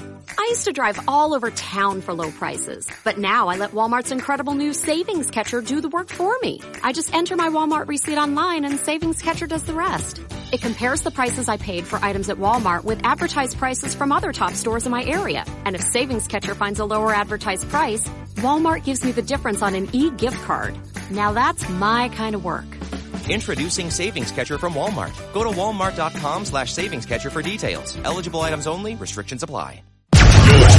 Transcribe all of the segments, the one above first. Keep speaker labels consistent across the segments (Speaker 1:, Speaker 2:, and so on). Speaker 1: I used to drive all over town for low prices, but now I let Walmart's incredible new savings catcher do the work for me. I just enter my Walmart receipt online and savings catcher does the rest. It compares the prices I paid for items at Walmart with advertised prices from other top stores in my area. And if savings catcher finds a lower advertised price, Walmart gives me the difference on an e-gift card. Now that's my kind of work.
Speaker 2: Introducing Savings Catcher from Walmart. Go to walmart.com slash savings catcher for details. Eligible items only. Restrictions apply.
Speaker 3: You're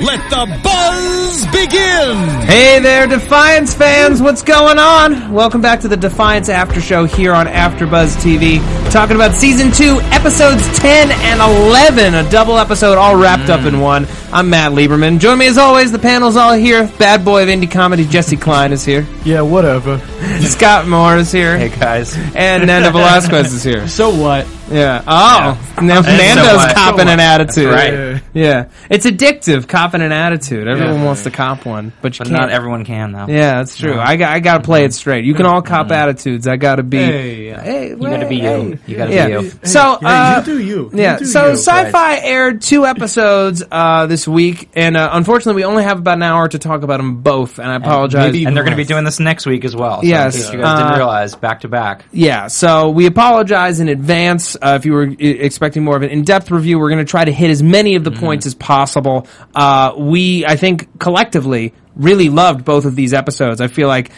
Speaker 3: let the buzz begin!
Speaker 4: Hey there, Defiance fans! What's going on? Welcome back to the Defiance After Show here on AfterBuzz TV, talking about season two, episodes ten and eleven, a double episode all wrapped up in one. I'm Matt Lieberman. Join me as always. The panel's all here. Bad boy of indie comedy Jesse Klein is here.
Speaker 5: Yeah, whatever.
Speaker 4: Scott Moore is here,
Speaker 5: guys.
Speaker 4: and Nanda Velasquez is here.
Speaker 5: So what?
Speaker 4: Yeah. Oh, now
Speaker 5: so
Speaker 4: Nando's
Speaker 5: what?
Speaker 4: copping
Speaker 5: So
Speaker 4: an
Speaker 5: what?
Speaker 4: attitude.
Speaker 5: right. Yeah.
Speaker 4: Yeah, it's addictive. Copping an attitude. Everyone wants to cop one, but you
Speaker 6: But
Speaker 4: can't.
Speaker 6: not everyone can though.
Speaker 4: Yeah, that's true. I got I got to play it straight. You can all cop attitudes. I got to be.
Speaker 5: Mm-hmm. Hey.
Speaker 4: you got
Speaker 6: gotta be you. You gotta be
Speaker 4: yeah.
Speaker 6: you.
Speaker 4: So uh,
Speaker 5: you do you.
Speaker 4: yeah.
Speaker 5: You do
Speaker 4: so
Speaker 5: you.
Speaker 4: sci-fi aired two episodes uh, this week, and uh, unfortunately, we only have about an hour to talk about them both. And I apologize.
Speaker 5: maybe-
Speaker 6: And they're going to be doing this next week as well. So
Speaker 4: Yes,
Speaker 6: In case you guys
Speaker 4: uh,
Speaker 6: didn't realize, back to back.
Speaker 4: yeah. So we apologize in advance uh, if you were i- expecting more of an in-depth review. We're going to try to hit as many of the points as possible. Uh, we, I think, collectively really loved both of these episodes. I feel like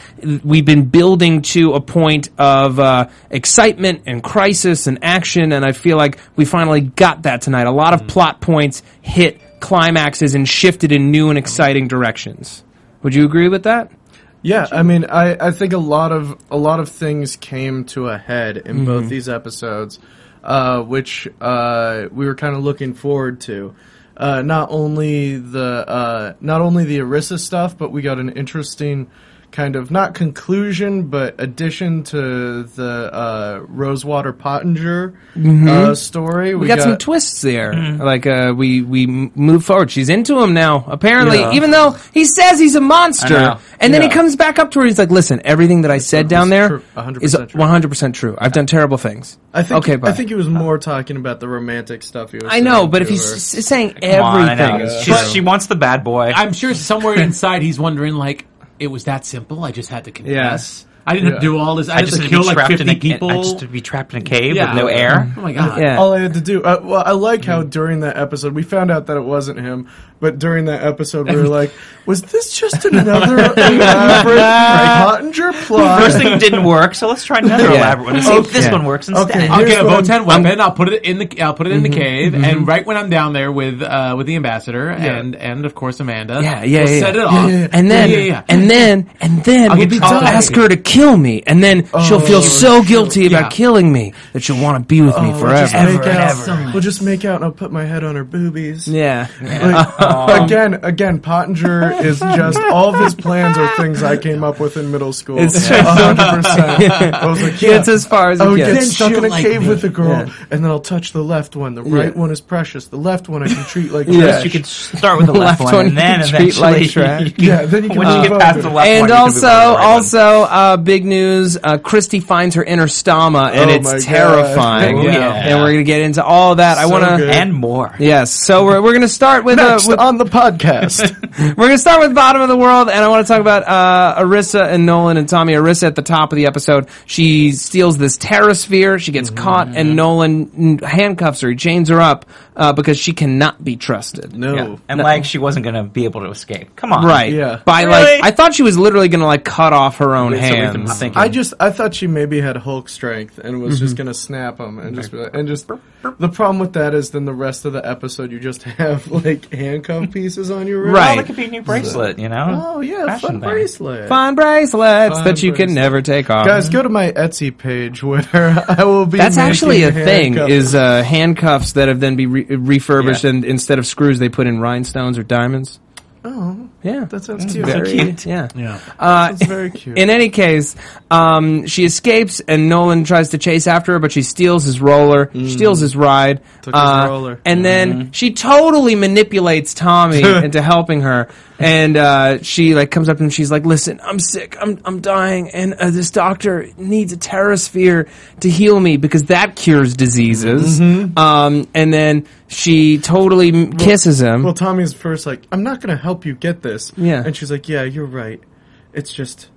Speaker 4: we've been building to a point of uh, excitement and crisis and action, and I feel like we finally got that tonight. A lot of plot points hit climaxes and shifted in new and exciting directions. Would you agree with that?
Speaker 5: Yeah, I mean, I, I think a lot of a lot of things came to a head in
Speaker 4: Mm-hmm.
Speaker 5: both these episodes, uh, which uh, we were kind of looking forward to. Uh, not only the uh, not only the Arissa stuff, but we got an interesting kind of not conclusion, but addition to the uh, Rosewater Pottinger uh, story.
Speaker 4: Mm-hmm. we got, some twists there. Like uh, we we m- move forward. She's into him now. Apparently,
Speaker 5: Yeah.
Speaker 4: even though he says he's a monster,
Speaker 6: I know.
Speaker 4: and then he
Speaker 5: Yeah.
Speaker 4: comes back up to her. He's like, "Listen, everything that I said down there
Speaker 5: true. 100%
Speaker 4: is
Speaker 5: true.
Speaker 4: one hundred percent true. I've done terrible things.
Speaker 5: I think
Speaker 4: okay, bye.
Speaker 5: I think he was more talking about the romantic stuff. He was
Speaker 4: I know,
Speaker 5: saying
Speaker 4: but
Speaker 5: to
Speaker 4: if he's
Speaker 5: her.
Speaker 4: s- saying
Speaker 6: Come on, I know.
Speaker 4: everything,
Speaker 6: She's- she wants the bad boy.
Speaker 7: I'm sure somewhere inside he's wondering, like, it was that simple. I just had to confess. I didn't have to do all this. I,
Speaker 6: I
Speaker 7: just
Speaker 6: just to
Speaker 7: had to
Speaker 6: be
Speaker 7: kill like
Speaker 6: trapped
Speaker 7: 50
Speaker 6: in a
Speaker 7: people.
Speaker 6: I just to be trapped in a cave
Speaker 7: Yeah.
Speaker 6: with no air.
Speaker 7: Oh my god.
Speaker 4: yeah, Mm.
Speaker 5: all I had to do. Uh, well, I like how during that episode we found out that it wasn't him, but during that episode we were like, was this just another elaborate Pottinger plot?
Speaker 6: First thing didn't work, so let's try another
Speaker 4: Yeah.
Speaker 6: elaborate one and see if this
Speaker 4: Okay.
Speaker 6: one works instead.
Speaker 5: Okay.
Speaker 7: I'll
Speaker 5: Here's
Speaker 7: get a
Speaker 5: what
Speaker 7: Votan weapon. I'll put it in the. I'll put it in
Speaker 4: Mm-hmm.
Speaker 7: the cave, and right when I'm down there with uh, with the ambassador and and of course Amanda,
Speaker 4: Yeah, yeah,
Speaker 7: we'll
Speaker 4: yeah,
Speaker 7: set
Speaker 4: yeah.
Speaker 7: it off,
Speaker 4: and then
Speaker 7: yeah, yeah, yeah.
Speaker 4: and then and then
Speaker 7: I'll
Speaker 4: we'll
Speaker 7: get
Speaker 4: be-
Speaker 7: to
Speaker 4: I'll
Speaker 7: talk.
Speaker 4: ask her to kill me, and then she'll feel so guilty about killing me that she'll want to be with me
Speaker 5: Oh, we'll just
Speaker 4: forever.
Speaker 5: make out-
Speaker 7: ever.
Speaker 5: We'll just make out and I'll put my head on her boobies.
Speaker 4: Yeah, Um,
Speaker 5: Like, again, again, Pottinger is just all of his plans are things I came up with in middle school.
Speaker 4: It's
Speaker 5: A
Speaker 4: true.
Speaker 5: hundred percent. I was like, yeah.
Speaker 4: it's as far as it
Speaker 5: I would
Speaker 4: gets.
Speaker 5: get stuck in a
Speaker 7: she'll like
Speaker 5: cave
Speaker 7: me.
Speaker 5: with a girl,
Speaker 4: Yeah.
Speaker 5: and then I'll touch the left one. The right one is precious. The left one I can treat like
Speaker 4: Yeah.
Speaker 5: trash.
Speaker 6: You could start with the
Speaker 4: Left
Speaker 6: left,
Speaker 4: one
Speaker 6: one, and then
Speaker 4: you can treat like
Speaker 6: eventually,
Speaker 4: trash. Oh.
Speaker 6: you can-
Speaker 5: Yeah, then you can
Speaker 6: once
Speaker 5: move
Speaker 6: you
Speaker 5: over.
Speaker 6: get past the left
Speaker 4: and
Speaker 6: one, you can move
Speaker 4: also,
Speaker 6: over to the right one.
Speaker 4: also uh, big news: uh, Christy finds her inner stoma, and
Speaker 5: Oh my God.
Speaker 4: it's terrifying.
Speaker 5: Oh,
Speaker 6: yeah.
Speaker 4: And we're gonna get into all that. I
Speaker 5: So
Speaker 4: want to.
Speaker 5: good.
Speaker 6: and more.
Speaker 4: Yes, so we're, we're going to start with, uh,
Speaker 5: Next
Speaker 4: with
Speaker 5: on the podcast.
Speaker 4: we're going to start with bottom of the world, and I want to talk about uh, Arissa and Nolan and Tommy. Arissa at the top of the episode, she steals this terrasphere. She gets
Speaker 5: Mm-hmm.
Speaker 4: caught, and Nolan handcuffs her. He chains her up uh, because she cannot be trusted.
Speaker 5: no.
Speaker 7: Oh.
Speaker 6: Yeah. And like she wasn't going to be able to escape. Come on,
Speaker 4: Right.
Speaker 5: Yeah.
Speaker 4: By
Speaker 6: Really?
Speaker 4: like, I thought she was literally gonna like cut off her own
Speaker 6: Wait, so we
Speaker 4: hands.
Speaker 6: system was thinking.
Speaker 5: I just I thought she maybe had Hulk strength and was just gonna snap him and just be like, and just the problem with that is then the rest of the episode you just have like handcuff pieces on your wrist.
Speaker 6: well,
Speaker 4: Right.
Speaker 6: it could be a new bracelet, you know?
Speaker 5: Oh yeah,
Speaker 6: Fashion
Speaker 5: fun
Speaker 6: thing.
Speaker 5: bracelet.
Speaker 4: Fun bracelets
Speaker 5: Fun
Speaker 4: that you
Speaker 5: bracelets.
Speaker 4: can never take off.
Speaker 5: Guys, go to my Etsy page where I will be.
Speaker 4: That's
Speaker 5: making
Speaker 4: actually a thing.
Speaker 5: handcuffs.
Speaker 4: Is uh, handcuffs that have then be re- refurbished
Speaker 6: Yeah.
Speaker 4: and instead of screws they put in rhinestones or diamonds.
Speaker 5: oh,
Speaker 4: Yeah,
Speaker 5: that sounds cute.
Speaker 4: very
Speaker 6: cute.
Speaker 4: Yeah. Uh,
Speaker 7: Yeah.
Speaker 5: That's very cute.
Speaker 4: In any case, um, she escapes and Nolan tries to chase after her, but she steals his roller, steals his ride,
Speaker 5: Mm.
Speaker 4: uh,
Speaker 5: Took his roller. Mm-hmm.
Speaker 4: and then she totally manipulates Tommy into helping her. And uh, she like comes up and she's like, "Listen, I'm sick, I'm I'm dying, and uh, this doctor needs a terrasphere to heal me because that cures diseases."
Speaker 5: Mm-hmm.
Speaker 4: Um, and then she totally m- kisses him.
Speaker 5: well, Tommy's first like, I'm not gonna help you get this.
Speaker 4: Yeah.
Speaker 5: and she's like, Yeah, you're right. It's just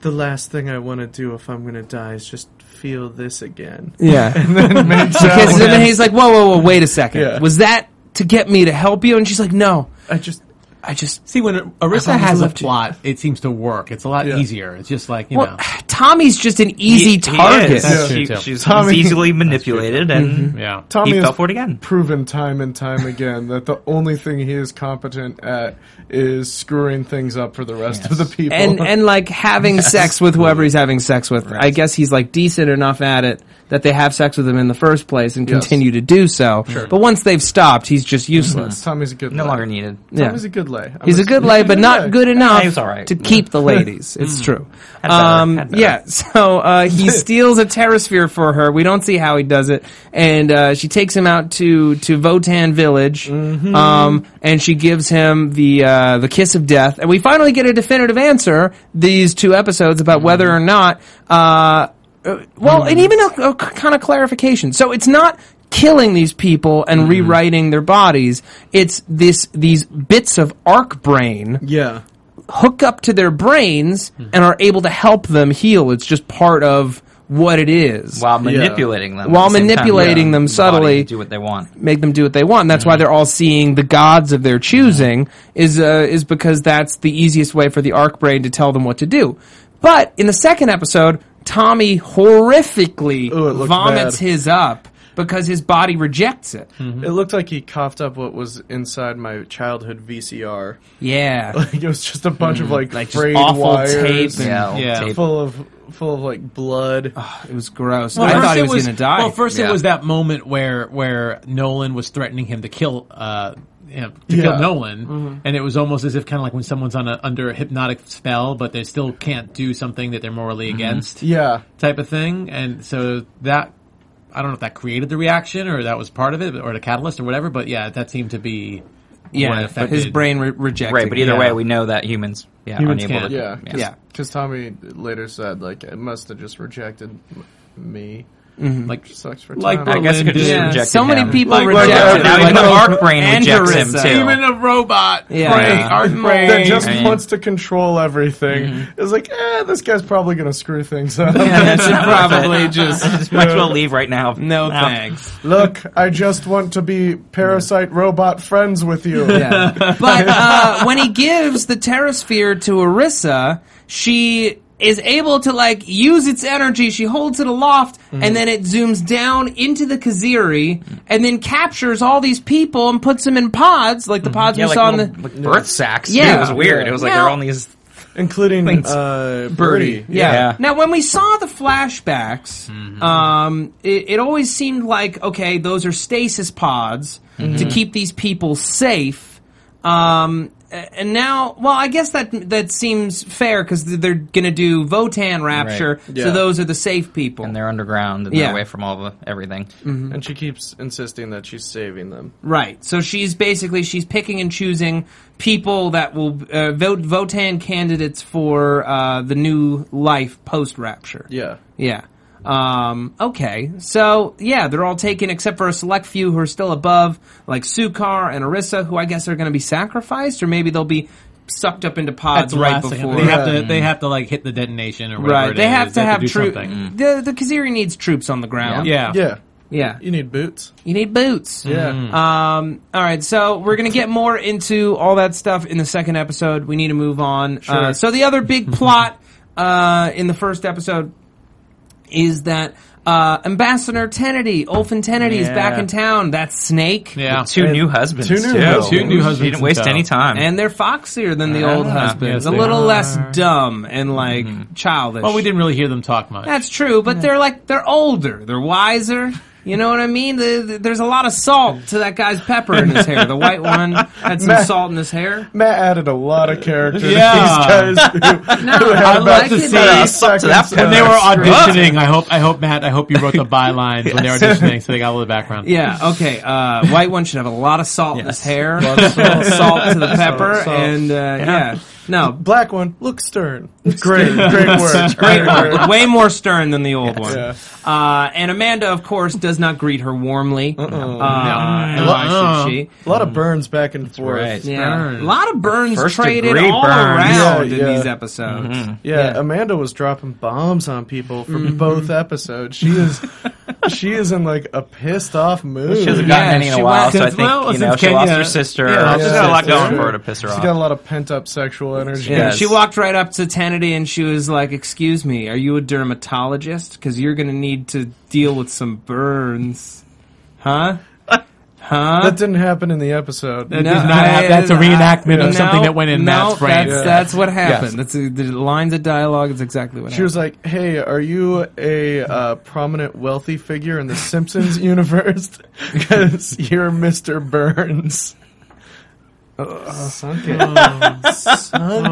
Speaker 5: the last thing I want to do if I'm gonna die is just feel this again.
Speaker 4: yeah. She kisses him and he's like, "Whoa, whoa, whoa! Wait a second.
Speaker 5: Oh, Yeah.
Speaker 4: Was that to get me to help you?" And she's like, "No,
Speaker 5: I just
Speaker 4: I just."
Speaker 7: See, when Arissa
Speaker 4: always
Speaker 7: has a
Speaker 4: loved you.
Speaker 7: plot, it seems to work. It's a lot
Speaker 5: Yeah.
Speaker 7: easier. It's just like you
Speaker 4: Well,
Speaker 7: know.
Speaker 4: Tommy's just an easy
Speaker 6: He- he
Speaker 4: target.
Speaker 6: is.
Speaker 7: That's true,
Speaker 6: She-
Speaker 7: too.
Speaker 6: she's
Speaker 5: Tommy-
Speaker 6: easily manipulated,
Speaker 4: Mm-hmm.
Speaker 6: and
Speaker 7: Yeah.
Speaker 5: Tommy
Speaker 6: he
Speaker 5: is
Speaker 6: fell for it again.
Speaker 5: proven time and time again that the only thing he is competent at is screwing things up for the rest of the people.
Speaker 4: and and like having sex with whoever he's having sex with. I guess he's like decent enough at it that they have sex with him in the first place and continue to do so. But once they've stopped, he's just useless.
Speaker 5: Tommy's a good
Speaker 6: No
Speaker 5: lay.
Speaker 6: longer needed.
Speaker 4: Yeah.
Speaker 5: Mm-hmm. Tommy's a good lay. I'm
Speaker 4: He's a
Speaker 5: just-
Speaker 4: good lay, but not good enough
Speaker 6: He was all right.
Speaker 4: to keep the ladies. It's
Speaker 5: Mm.
Speaker 4: true.
Speaker 6: Had better,
Speaker 4: Um,
Speaker 6: had better.
Speaker 4: yeah, so uh, he steals a terrasphere for her. We don't see how he does it, and uh, she takes him out to to Votan Village, um, and she gives him the uh, the kiss of death. And we finally get a definitive answer these two episodes about whether or not. Uh, uh, well, and even a, a kind of clarification. So it's not killing these people and rewriting their bodies. It's this these bits of arc brain
Speaker 5: Yeah.
Speaker 4: hook up to their brains and are able to help them heal. It's just part of what it is.
Speaker 6: While manipulating them. at
Speaker 4: While
Speaker 6: the same time,
Speaker 4: manipulating
Speaker 6: yeah.
Speaker 4: them
Speaker 6: Body
Speaker 4: subtly.
Speaker 6: to Do what they want.
Speaker 4: Make them do what they want. And
Speaker 6: Mm-hmm.
Speaker 4: that's why they're all seeing the gods of their choosing is uh, is because that's the easiest way for the arc brain to tell them what to do. But in the second episode, Tommy horrifically
Speaker 5: Ooh, it looked
Speaker 4: vomits
Speaker 5: bad.
Speaker 4: his up because his body rejects it.
Speaker 6: Hmm. Mm-hmm.
Speaker 5: It looked like he coughed up what was inside my childhood VCR.
Speaker 4: Yeah.
Speaker 5: Like it was just a bunch of like,
Speaker 4: Like just
Speaker 5: frayed
Speaker 4: awful
Speaker 5: wires,
Speaker 4: tape and-
Speaker 6: Yeah.
Speaker 7: Yeah.
Speaker 6: Tape.
Speaker 5: full of full of like blood.
Speaker 4: it was gross.
Speaker 7: Well,
Speaker 4: I
Speaker 7: first
Speaker 4: thought he
Speaker 7: it
Speaker 4: was, going to die.
Speaker 7: Well, first
Speaker 6: Yeah.
Speaker 7: it was that moment where where Nolan was threatening him to kill uh him, to
Speaker 5: Yeah.
Speaker 7: kill Nolan,
Speaker 4: Mm-hmm.
Speaker 7: and it was almost as if kind of like when someone's on a under a hypnotic spell, but they still can't do something that they're morally
Speaker 4: Mm-hmm.
Speaker 7: against,
Speaker 5: yeah,
Speaker 7: type of thing. And so that I don't know if that created the reaction or that was part of it or the catalyst or whatever, but yeah, that seemed to be what
Speaker 4: yeah.
Speaker 7: affected
Speaker 4: His brain re- rejected
Speaker 6: Right, but either
Speaker 4: it.
Speaker 6: way, we know that humans, yeah,
Speaker 7: Humans
Speaker 6: unable
Speaker 7: can't.
Speaker 6: to.
Speaker 5: yeah,
Speaker 6: yeah.
Speaker 4: Yeah.
Speaker 5: Because Tommy later said like it must have just rejected m- me.
Speaker 7: like
Speaker 5: Sucks for
Speaker 7: Like
Speaker 5: Tommy.
Speaker 6: I guess it could just
Speaker 7: Yeah.
Speaker 6: rejected
Speaker 4: So many
Speaker 6: him.
Speaker 4: people
Speaker 7: Like,
Speaker 4: reject
Speaker 7: like,
Speaker 4: it.
Speaker 7: now
Speaker 4: Like,
Speaker 7: even
Speaker 6: the
Speaker 4: oh,
Speaker 6: arc brain
Speaker 4: and
Speaker 6: rejects him,
Speaker 4: Arisa.
Speaker 6: too.
Speaker 7: even a robot,
Speaker 4: Yeah.
Speaker 7: brain,
Speaker 4: Yeah.
Speaker 7: our brain.
Speaker 5: that just
Speaker 6: I mean-
Speaker 5: wants to control everything. It's like, eh, this guy's probably gonna screw things up.
Speaker 4: Yeah, should probably just
Speaker 6: Just might as well leave right now.
Speaker 4: no
Speaker 6: Ah.
Speaker 4: thanks.
Speaker 5: Look, I just want to be parasite robot friends with you.
Speaker 4: Yeah. But uh, when he gives the Terrasphere to Orissa, she is able to like use its energy. She holds it aloft,
Speaker 6: Mm-hmm.
Speaker 4: and then it zooms down into the Kaziri, and then captures all these people and puts them in pods, like the pods
Speaker 6: Mm-hmm. Yeah,
Speaker 4: we
Speaker 6: like,
Speaker 4: saw in
Speaker 6: little,
Speaker 4: the.
Speaker 6: like birth sacks. too.
Speaker 4: Yeah.
Speaker 6: it was weird. It was like
Speaker 4: Now-
Speaker 6: they're on these.
Speaker 5: including
Speaker 6: Thanks.
Speaker 5: uh,
Speaker 4: Birdie.
Speaker 5: Birdie.
Speaker 4: Yeah.
Speaker 6: Yeah. Mm-hmm.
Speaker 4: Now, when we saw the flashbacks, um, it, it always seemed like okay, those are stasis pods
Speaker 6: Mm-hmm.
Speaker 4: to keep these people safe. Um, a- and now, well, I guess that that seems fair because they're going to do Votan Rapture,
Speaker 5: Yeah.
Speaker 4: so those are the safe people.
Speaker 6: And they're underground and
Speaker 4: Yeah. Mm.
Speaker 6: they're away from all the everything.
Speaker 5: And she keeps insisting that she's saving them.
Speaker 4: Right. So she's basically she's picking and choosing people that will uh, vote Votan candidates for uh, the new life post Rapture.
Speaker 5: Yeah.
Speaker 4: Yeah. Um, okay. So, yeah, they're all taken except for a select few who are still above, like Sukar and Orissa, who I guess are going to be sacrificed, or maybe they'll be sucked up into pods
Speaker 7: That's the
Speaker 4: right
Speaker 7: last thing.
Speaker 4: before.
Speaker 7: They have to. They have to like hit the detonation or whatever.
Speaker 4: right.
Speaker 7: it
Speaker 4: They
Speaker 7: is.
Speaker 4: have to have
Speaker 7: do
Speaker 4: troops.
Speaker 7: something.
Speaker 4: The, the Kaziri needs troops on the ground.
Speaker 7: Yeah.
Speaker 5: Yeah.
Speaker 4: Yeah.
Speaker 5: You need boots.
Speaker 4: You need boots.
Speaker 5: Yeah.
Speaker 4: Um, all right, so we're gonna get more into all that stuff in the second episode. We need to move on. Uh, so the other big plot uh, in the first episode is that uh, Ambassador Tennedy, Olfin Tennedy, is back
Speaker 6: Yeah.
Speaker 4: in town. That snake.
Speaker 7: Yeah.
Speaker 6: Two new husbands.
Speaker 5: Two new
Speaker 6: too.
Speaker 5: husbands. Two
Speaker 7: new husbands
Speaker 6: He didn't waste
Speaker 7: in town.
Speaker 6: any time.
Speaker 4: And they're foxier than the old
Speaker 6: Ah,
Speaker 4: husbands,
Speaker 7: yes,
Speaker 4: a
Speaker 7: they
Speaker 4: little
Speaker 7: are. Mm-hmm.
Speaker 4: less dumb and like childish.
Speaker 7: Well, we didn't really hear them talk much.
Speaker 4: That's true, but they're like they're older, they're wiser. You know what I mean? The, the- there's a lot of salt to that guy's pepper in his hair. The white one had some
Speaker 5: Matt-
Speaker 4: salt in his hair.
Speaker 5: Matt added a lot of character
Speaker 7: Yeah.
Speaker 5: to these guys who, who had
Speaker 4: I
Speaker 5: about
Speaker 4: like it.
Speaker 5: six
Speaker 4: Yeah,
Speaker 6: up to that
Speaker 5: seconds
Speaker 6: point.
Speaker 7: when they were
Speaker 5: left.
Speaker 7: auditioning, I hope, I hope Matt, I hope you wrote the bylines when they were auditioning, so they got a little background.
Speaker 4: Yeah, okay. Uh, white one should have a lot of salt in his
Speaker 7: Yes.
Speaker 4: hair, a little salt to the pepper,
Speaker 5: salt.
Speaker 4: and uh, yeah. No,
Speaker 5: Black one, look stern. Great, great work.
Speaker 4: great word. Way more stern than the old one.
Speaker 5: Yeah.
Speaker 4: Uh, and Amanda, of course, does not greet her warmly. Uh, and
Speaker 7: No.
Speaker 4: why should she?
Speaker 5: A lot of burns back and forth.
Speaker 6: right.
Speaker 4: Yeah.
Speaker 7: Burn.
Speaker 4: A lot of burns
Speaker 6: First
Speaker 4: traded
Speaker 6: degree
Speaker 4: all
Speaker 6: burns.
Speaker 4: around
Speaker 5: Yeah,
Speaker 4: in
Speaker 5: yeah.
Speaker 4: these episodes.
Speaker 5: Yeah, Amanda was dropping bombs on people from both episodes. She is, she is in like a pissed off mood.
Speaker 6: She hasn't
Speaker 4: Yeah,
Speaker 6: gotten any in
Speaker 4: she
Speaker 6: a while,
Speaker 4: was-
Speaker 6: so I
Speaker 7: since-
Speaker 6: think
Speaker 7: well,
Speaker 6: you know
Speaker 7: since
Speaker 6: she lost
Speaker 7: Kenya-
Speaker 6: her sister.
Speaker 7: Yeah,
Speaker 6: she's
Speaker 5: yeah,
Speaker 6: got a lot
Speaker 5: yeah,
Speaker 6: going
Speaker 5: sure.
Speaker 6: for her to piss her
Speaker 5: She's
Speaker 6: off.
Speaker 5: got a lot of pent up sexual energy.
Speaker 4: Yeah,
Speaker 6: Yes.
Speaker 4: she walked right up to Tennedy and she was like, "Excuse me, are you a dermatologist? Because you're going to need to deal with some burns, huh?"
Speaker 5: That didn't happen in the episode.
Speaker 7: That does not happen. That's a reenactment of something that went in
Speaker 4: no,
Speaker 7: Matt's brain.
Speaker 4: That's,
Speaker 7: Yeah.
Speaker 4: that's what happened. That's uh the lines of dialogue is exactly what
Speaker 5: She was like, "Hey, are you a uh, prominent wealthy figure in the Simpsons universe? Because you're Mr. Burns." sunk it. sunk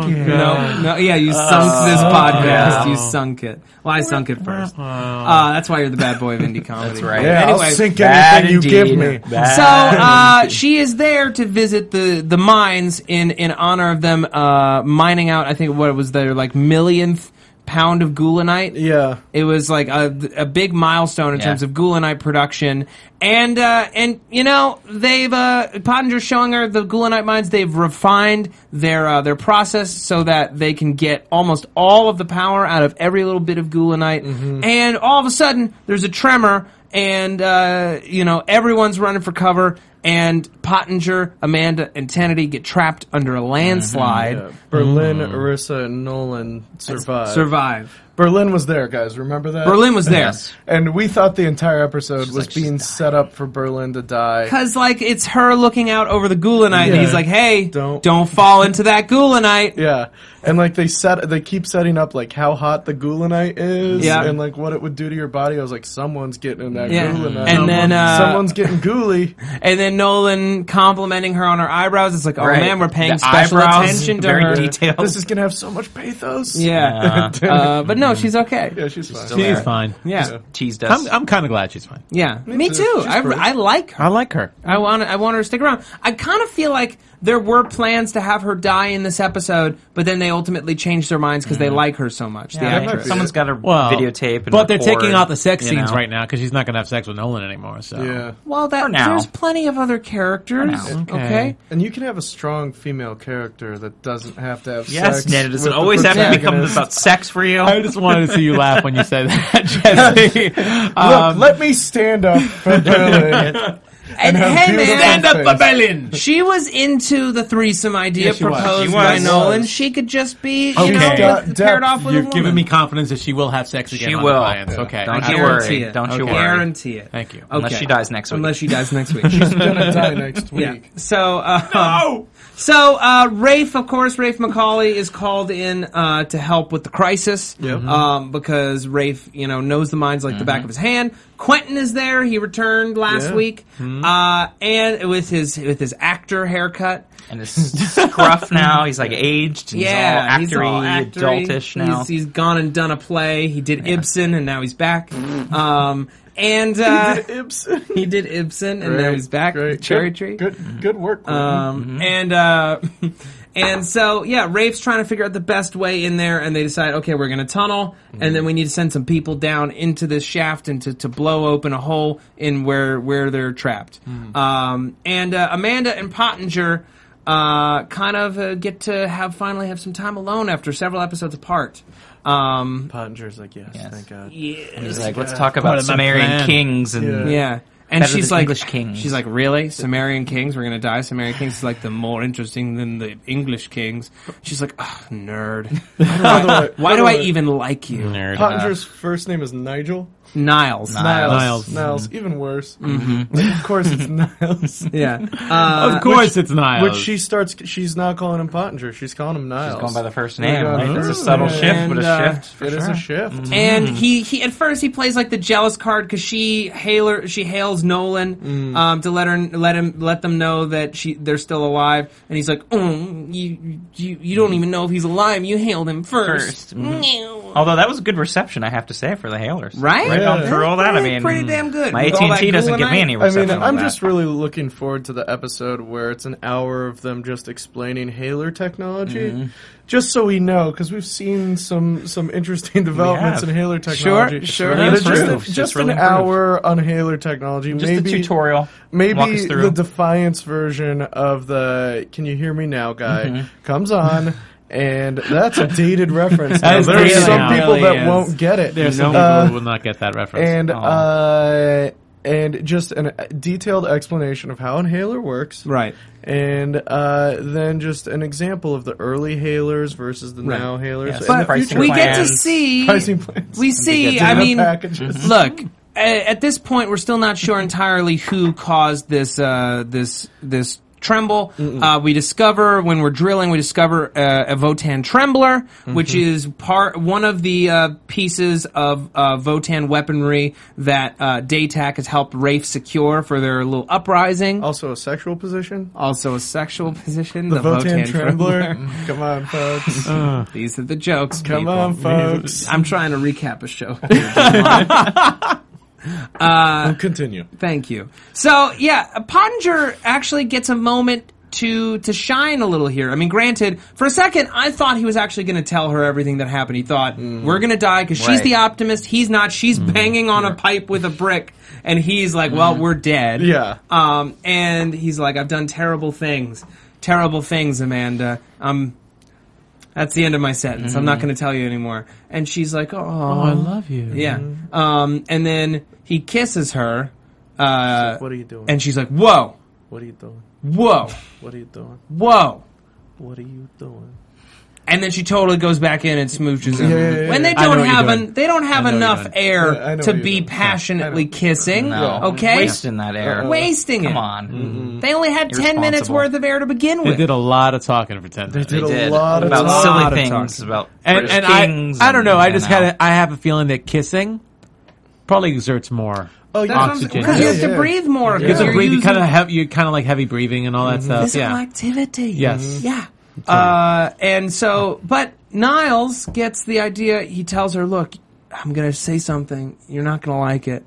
Speaker 5: it.
Speaker 4: no, no, yeah, you sunk
Speaker 5: Oh.
Speaker 4: this podcast. You sunk it. Well, I sunk it first. Uh, that's why you're the bad boy of indie comedy. that's
Speaker 6: right.
Speaker 5: Yeah,
Speaker 4: anyway,
Speaker 5: Oh. I'll sink
Speaker 6: Bad
Speaker 5: anything you
Speaker 6: indeed.
Speaker 5: give me.
Speaker 6: Bad.
Speaker 4: So uh, she is there to visit the the mines in in honor of them uh, mining out. I think what was their like millionth pound of goulinite.
Speaker 5: Yeah.
Speaker 4: It was like a, a big milestone in
Speaker 6: Yeah.
Speaker 4: terms of Goulinite production, and uh, and you know they've uh, Pottinger's showing her the Goulinite mines. They've refined their uh, their process so that they can get almost all of the power out of every little bit of Goulinite.
Speaker 6: Mm-hmm.
Speaker 4: And all of a sudden, there's a tremor, and uh, you know everyone's running for cover. And Pottinger, Amanda, and Tennedy get trapped under a landslide.
Speaker 5: Yeah.
Speaker 6: Mm-hmm.
Speaker 5: Berlin, Arissa, and Nolan survived.
Speaker 4: Survive.
Speaker 5: Berlin was there, guys. Remember that?
Speaker 4: Berlin was there.
Speaker 6: Yes.
Speaker 5: and we thought the entire episode was
Speaker 6: like, she's
Speaker 5: being set up for Berlin to die.
Speaker 4: Cause like it's her looking out over the Gulenite, and
Speaker 5: Yeah.
Speaker 4: he's like, "Hey, don't
Speaker 5: Don't-
Speaker 4: don't fall into that Gulenite."
Speaker 5: Yeah, and like they set, they keep setting up like how hot the goulinite is,
Speaker 4: Yeah.
Speaker 5: and like what it would do to your body. I was like, someone's getting in that
Speaker 4: Yeah.
Speaker 5: goulinite,
Speaker 4: And then, uh,
Speaker 5: someone's getting ghouly.
Speaker 4: And then Nolan complimenting her on her eyebrows. It's like, "Oh
Speaker 6: Right.
Speaker 4: man, we're paying
Speaker 6: The
Speaker 4: special
Speaker 6: eyebrows,
Speaker 4: attention to
Speaker 6: very
Speaker 4: her."
Speaker 6: detailed. Details.
Speaker 5: This is gonna have so much pathos.
Speaker 4: Yeah, uh, but no, she's okay.
Speaker 5: yeah, she's fine.
Speaker 6: She's
Speaker 7: She's
Speaker 6: there.
Speaker 7: fine.
Speaker 4: Yeah,
Speaker 6: teased us.
Speaker 7: I'm, I'm kind of glad she's fine.
Speaker 4: yeah. Me
Speaker 5: too.
Speaker 4: too.
Speaker 5: She's
Speaker 4: I,
Speaker 5: pretty.
Speaker 4: I like her.
Speaker 7: I like her.
Speaker 4: I want I want her to stick around. I kind of feel like there were plans to have her die in this episode, but then they ultimately changed their minds because
Speaker 6: Mm-hmm.
Speaker 4: they like her so much. the
Speaker 5: might
Speaker 4: actress.
Speaker 5: be
Speaker 6: Someone's got to
Speaker 7: Well,
Speaker 6: videotape. And
Speaker 7: but they're
Speaker 6: record,
Speaker 7: taking out the sex
Speaker 6: you
Speaker 7: scenes
Speaker 6: know.
Speaker 7: right now because she's not going to have sex with Nolan anymore. So
Speaker 5: Yeah,
Speaker 4: Well, that
Speaker 6: now.
Speaker 4: there's plenty of other characters.
Speaker 6: now.
Speaker 4: Okay.
Speaker 7: Okay.
Speaker 5: and you can have a strong female character that doesn't have to have
Speaker 6: Yes,
Speaker 5: sex.
Speaker 6: Ned. It doesn't
Speaker 5: with the
Speaker 6: always have to become
Speaker 5: protagonist.
Speaker 6: about sex for you.
Speaker 7: I just wanted to see you laugh when you said that, Jesse. Uh,
Speaker 5: Look,
Speaker 4: um,
Speaker 5: let me stand up for Berlin.
Speaker 4: And,
Speaker 5: have
Speaker 4: hey, man,
Speaker 5: beautiful
Speaker 4: stand up.
Speaker 5: face.
Speaker 7: Babelin.
Speaker 4: She was into the threesome idea
Speaker 7: Yeah, she was.
Speaker 4: proposed
Speaker 6: She
Speaker 4: by
Speaker 6: was.
Speaker 4: Nolan. She could just be, you
Speaker 7: Okay.
Speaker 4: know, with,
Speaker 5: Depth.
Speaker 4: paired off with
Speaker 7: You're
Speaker 4: a woman.
Speaker 7: giving me confidence that she will have sex again.
Speaker 6: She
Speaker 7: on
Speaker 6: will.
Speaker 7: The Lions. Okay.
Speaker 6: Don't
Speaker 7: I
Speaker 6: you
Speaker 7: guarantee
Speaker 6: worry.
Speaker 4: it.
Speaker 6: Don't you
Speaker 4: Okay.
Speaker 6: worry.
Speaker 4: Guarantee it.
Speaker 7: Thank you.
Speaker 6: Unless she dies next week.
Speaker 4: Unless she dies next week.
Speaker 5: gonna die next week.
Speaker 4: yeah. So, uh, so uh, Rafe, of course, Rafe McCauley is called in uh, to help with the crisis um, because Rafe, you know, knows the mines like the back of his hand. Quentin is there. He returned last
Speaker 5: Yeah.
Speaker 4: week, uh, and with his with his actor haircut.
Speaker 6: and is scruff now. He's like aged. And
Speaker 4: Yeah,
Speaker 6: he's
Speaker 4: he's
Speaker 6: all
Speaker 4: all
Speaker 6: actory,
Speaker 4: actory.
Speaker 6: adultish now.
Speaker 4: He's, he's gone and done a play. He did Ibsen, and now he's back. um, and uh,
Speaker 5: Ibsen.
Speaker 4: he did Ibsen, and now he's back.
Speaker 5: Great.
Speaker 4: with Cherry
Speaker 5: Good-
Speaker 4: Tree.
Speaker 5: Good, good work. Quentin.
Speaker 4: Um, And uh, and so yeah, Rafe's trying to figure out the best way in there, and they decide, okay, we're gonna tunnel, and then we need to send some people down into this shaft and to, to blow open a hole in where where they're trapped. Um, and uh, Amanda and Pottinger. Uh, kind of uh, get to have finally have some time alone after several episodes apart. Um,
Speaker 5: Pottinger's like, yes, thank God.
Speaker 6: He's like, let's talk about
Speaker 7: about my
Speaker 6: Sumerian
Speaker 7: plan?
Speaker 6: kings and
Speaker 5: Yeah.
Speaker 4: yeah,
Speaker 8: And
Speaker 4: Better
Speaker 8: she's
Speaker 4: than
Speaker 8: like,
Speaker 4: English kings.
Speaker 8: she's like, really? Sumerian kings? We're gonna die. Sumerian kings is like the more interesting than the English kings. She's like, ugh, nerd. Why do I, why do I even like you,
Speaker 6: Nerd.
Speaker 5: Pottinger's first name is Nigel.
Speaker 8: Niles?
Speaker 5: Niles.
Speaker 7: Niles.
Speaker 5: Niles. Even worse. Like, of course, it's Niles.
Speaker 8: Yeah. Uh,
Speaker 7: of course, it's Niles.
Speaker 5: Which she starts. She's not calling him Pottinger. She's calling him Niles.
Speaker 4: Going by the first
Speaker 5: We're
Speaker 4: name,
Speaker 5: going
Speaker 4: right? That's a
Speaker 5: through
Speaker 4: subtle
Speaker 5: it.
Speaker 4: shift, but
Speaker 8: And,
Speaker 4: a
Speaker 8: uh,
Speaker 4: shift. for
Speaker 5: It is
Speaker 4: sure.
Speaker 5: a shift.
Speaker 4: Mm-hmm.
Speaker 8: and
Speaker 4: Hmm.
Speaker 8: he, he at first he plays like the jealous card because she hailer she hails Nolan
Speaker 4: Hmm.
Speaker 8: um, to let her let him let them know that she they're still alive and he's like oh you you, you don't even know if he's alive you hailed him first,
Speaker 4: Hmm. First,
Speaker 6: Mm.
Speaker 4: Although that was a good reception, I have to say, for the Hailers.
Speaker 8: right
Speaker 4: Right on through all that. I
Speaker 8: Pretty-
Speaker 4: mean,
Speaker 8: pretty damn good.
Speaker 4: My
Speaker 8: With all
Speaker 4: AT and
Speaker 8: that
Speaker 4: T doesn't
Speaker 8: Google
Speaker 4: give me
Speaker 8: night.
Speaker 4: any
Speaker 5: I mean,
Speaker 4: reception. on
Speaker 5: I'm
Speaker 4: that.
Speaker 5: just really looking forward to the episode where it's an hour of them just explaining Haler technology, just so we know because we've seen some some interesting developments in
Speaker 4: have.
Speaker 5: Haler technology.
Speaker 8: sure.
Speaker 5: But it's just,
Speaker 4: Improved.
Speaker 5: just,
Speaker 4: It's really
Speaker 5: an
Speaker 4: improved.
Speaker 5: hour on Haler technology.
Speaker 4: just
Speaker 5: maybe
Speaker 4: a tutorial. walk us
Speaker 5: Maybe
Speaker 4: through.
Speaker 5: the Defiance version of the "Can you hear me now?" guy comes on. And that's a dated reference.
Speaker 7: That
Speaker 5: Now,
Speaker 7: is
Speaker 5: There are
Speaker 7: dated
Speaker 5: some
Speaker 7: now.
Speaker 5: people
Speaker 7: Really
Speaker 5: that
Speaker 7: is.
Speaker 5: won't get it.
Speaker 7: There's some people
Speaker 5: Uh,
Speaker 7: who will not get that reference.
Speaker 5: and
Speaker 7: Oh.
Speaker 5: uh, and just an, a detailed explanation of how an inhaler works,
Speaker 8: Right.
Speaker 5: And uh, then just an example of the early halers versus the now halers.
Speaker 4: Yes.
Speaker 5: and
Speaker 4: But
Speaker 5: the future
Speaker 8: we get to
Speaker 4: plans.
Speaker 8: see
Speaker 5: pricing plans.
Speaker 8: we see
Speaker 5: get
Speaker 8: I
Speaker 5: the
Speaker 8: mean
Speaker 4: Mm-hmm.
Speaker 5: packages.
Speaker 8: look
Speaker 5: Mm-hmm.
Speaker 8: a- at this point we're still not sure entirely who caused this uh, this this tremble uh, we discover when we're drilling we discover uh, a votan trembler
Speaker 5: Mm-hmm.
Speaker 8: which is part one of the uh, pieces of uh, votan weaponry that uh, daytac has helped rafe secure for their little uprising
Speaker 5: also a sexual position.
Speaker 8: also a sexual position
Speaker 5: Oh. The, Votan,
Speaker 8: trembler.
Speaker 5: Trembler. Come on, folks.
Speaker 8: these are the jokes
Speaker 5: Come
Speaker 8: people.
Speaker 5: on, folks.
Speaker 8: i'm trying to recap a show
Speaker 5: Continue.
Speaker 8: Thank you. So yeah, Pottinger actually gets a moment to to shine a little here. I mean, granted, for a second I thought he was actually going to tell her everything that happened. He thought we're going to die because she's
Speaker 4: Right.
Speaker 8: the optimist, he's not. She's banging on a pipe with a brick, and he's like, "Well, we're dead."
Speaker 5: Yeah.
Speaker 8: Um, and he's like, "I've done terrible things, terrible things, Amanda. Um, that's the end of my sentence. I'm not going to tell you anymore." And she's like, "Oh,
Speaker 7: I love you.
Speaker 8: yeah.
Speaker 5: Mm-hmm.
Speaker 8: Um, and then he kisses her. Uh,
Speaker 5: What are you doing?
Speaker 8: and she's like, whoa,
Speaker 5: what are you doing?
Speaker 8: whoa,
Speaker 5: What are you doing?
Speaker 8: whoa.
Speaker 5: What are you doing?
Speaker 8: And then she totally goes back in and smooches him.
Speaker 5: Yeah, yeah, yeah,
Speaker 8: When they
Speaker 7: I know
Speaker 8: don't
Speaker 7: what you're
Speaker 8: have
Speaker 7: doing.
Speaker 8: an, they don't have
Speaker 7: know what
Speaker 8: enough
Speaker 7: you're doing.
Speaker 5: Yeah, I
Speaker 8: air
Speaker 5: know
Speaker 8: to
Speaker 5: what you're
Speaker 8: be
Speaker 5: doing.
Speaker 8: passionately kissing.
Speaker 4: No.
Speaker 8: Okay.
Speaker 4: wasting that air,
Speaker 8: Wasting
Speaker 4: Come
Speaker 8: it.
Speaker 4: on,
Speaker 6: Mm-hmm.
Speaker 8: They only had 10 minutes
Speaker 4: Irresponsible.
Speaker 8: worth of air to begin
Speaker 7: they
Speaker 8: with.
Speaker 7: did a lot of talking for ten minutes.
Speaker 5: did a
Speaker 4: did
Speaker 5: lot of
Speaker 4: about
Speaker 5: talk.
Speaker 4: silly
Speaker 8: Lot of
Speaker 4: things
Speaker 8: talk.
Speaker 4: about
Speaker 7: and
Speaker 4: British
Speaker 7: and
Speaker 4: kings.
Speaker 7: I, I don't know. I
Speaker 4: and,
Speaker 7: just
Speaker 4: you
Speaker 7: had a, I have a feeling that kissing probably exerts more.
Speaker 5: Oh, yeah.
Speaker 7: Oxygen.
Speaker 8: Because you have
Speaker 5: Yeah,
Speaker 8: to
Speaker 5: yeah.
Speaker 8: breathe more.
Speaker 7: Because
Speaker 8: Because
Speaker 7: the
Speaker 8: you're
Speaker 7: breath- you
Speaker 8: using
Speaker 7: kind of have you kind of like heavy breathing and all that
Speaker 5: Mm-hmm.
Speaker 7: stuff.
Speaker 8: physical
Speaker 7: Yeah.
Speaker 8: activity.
Speaker 7: Yes.
Speaker 8: Yeah. Uh, and so, but Niles gets the idea. He tells her, look, I'm going to say something. You're not going to like it.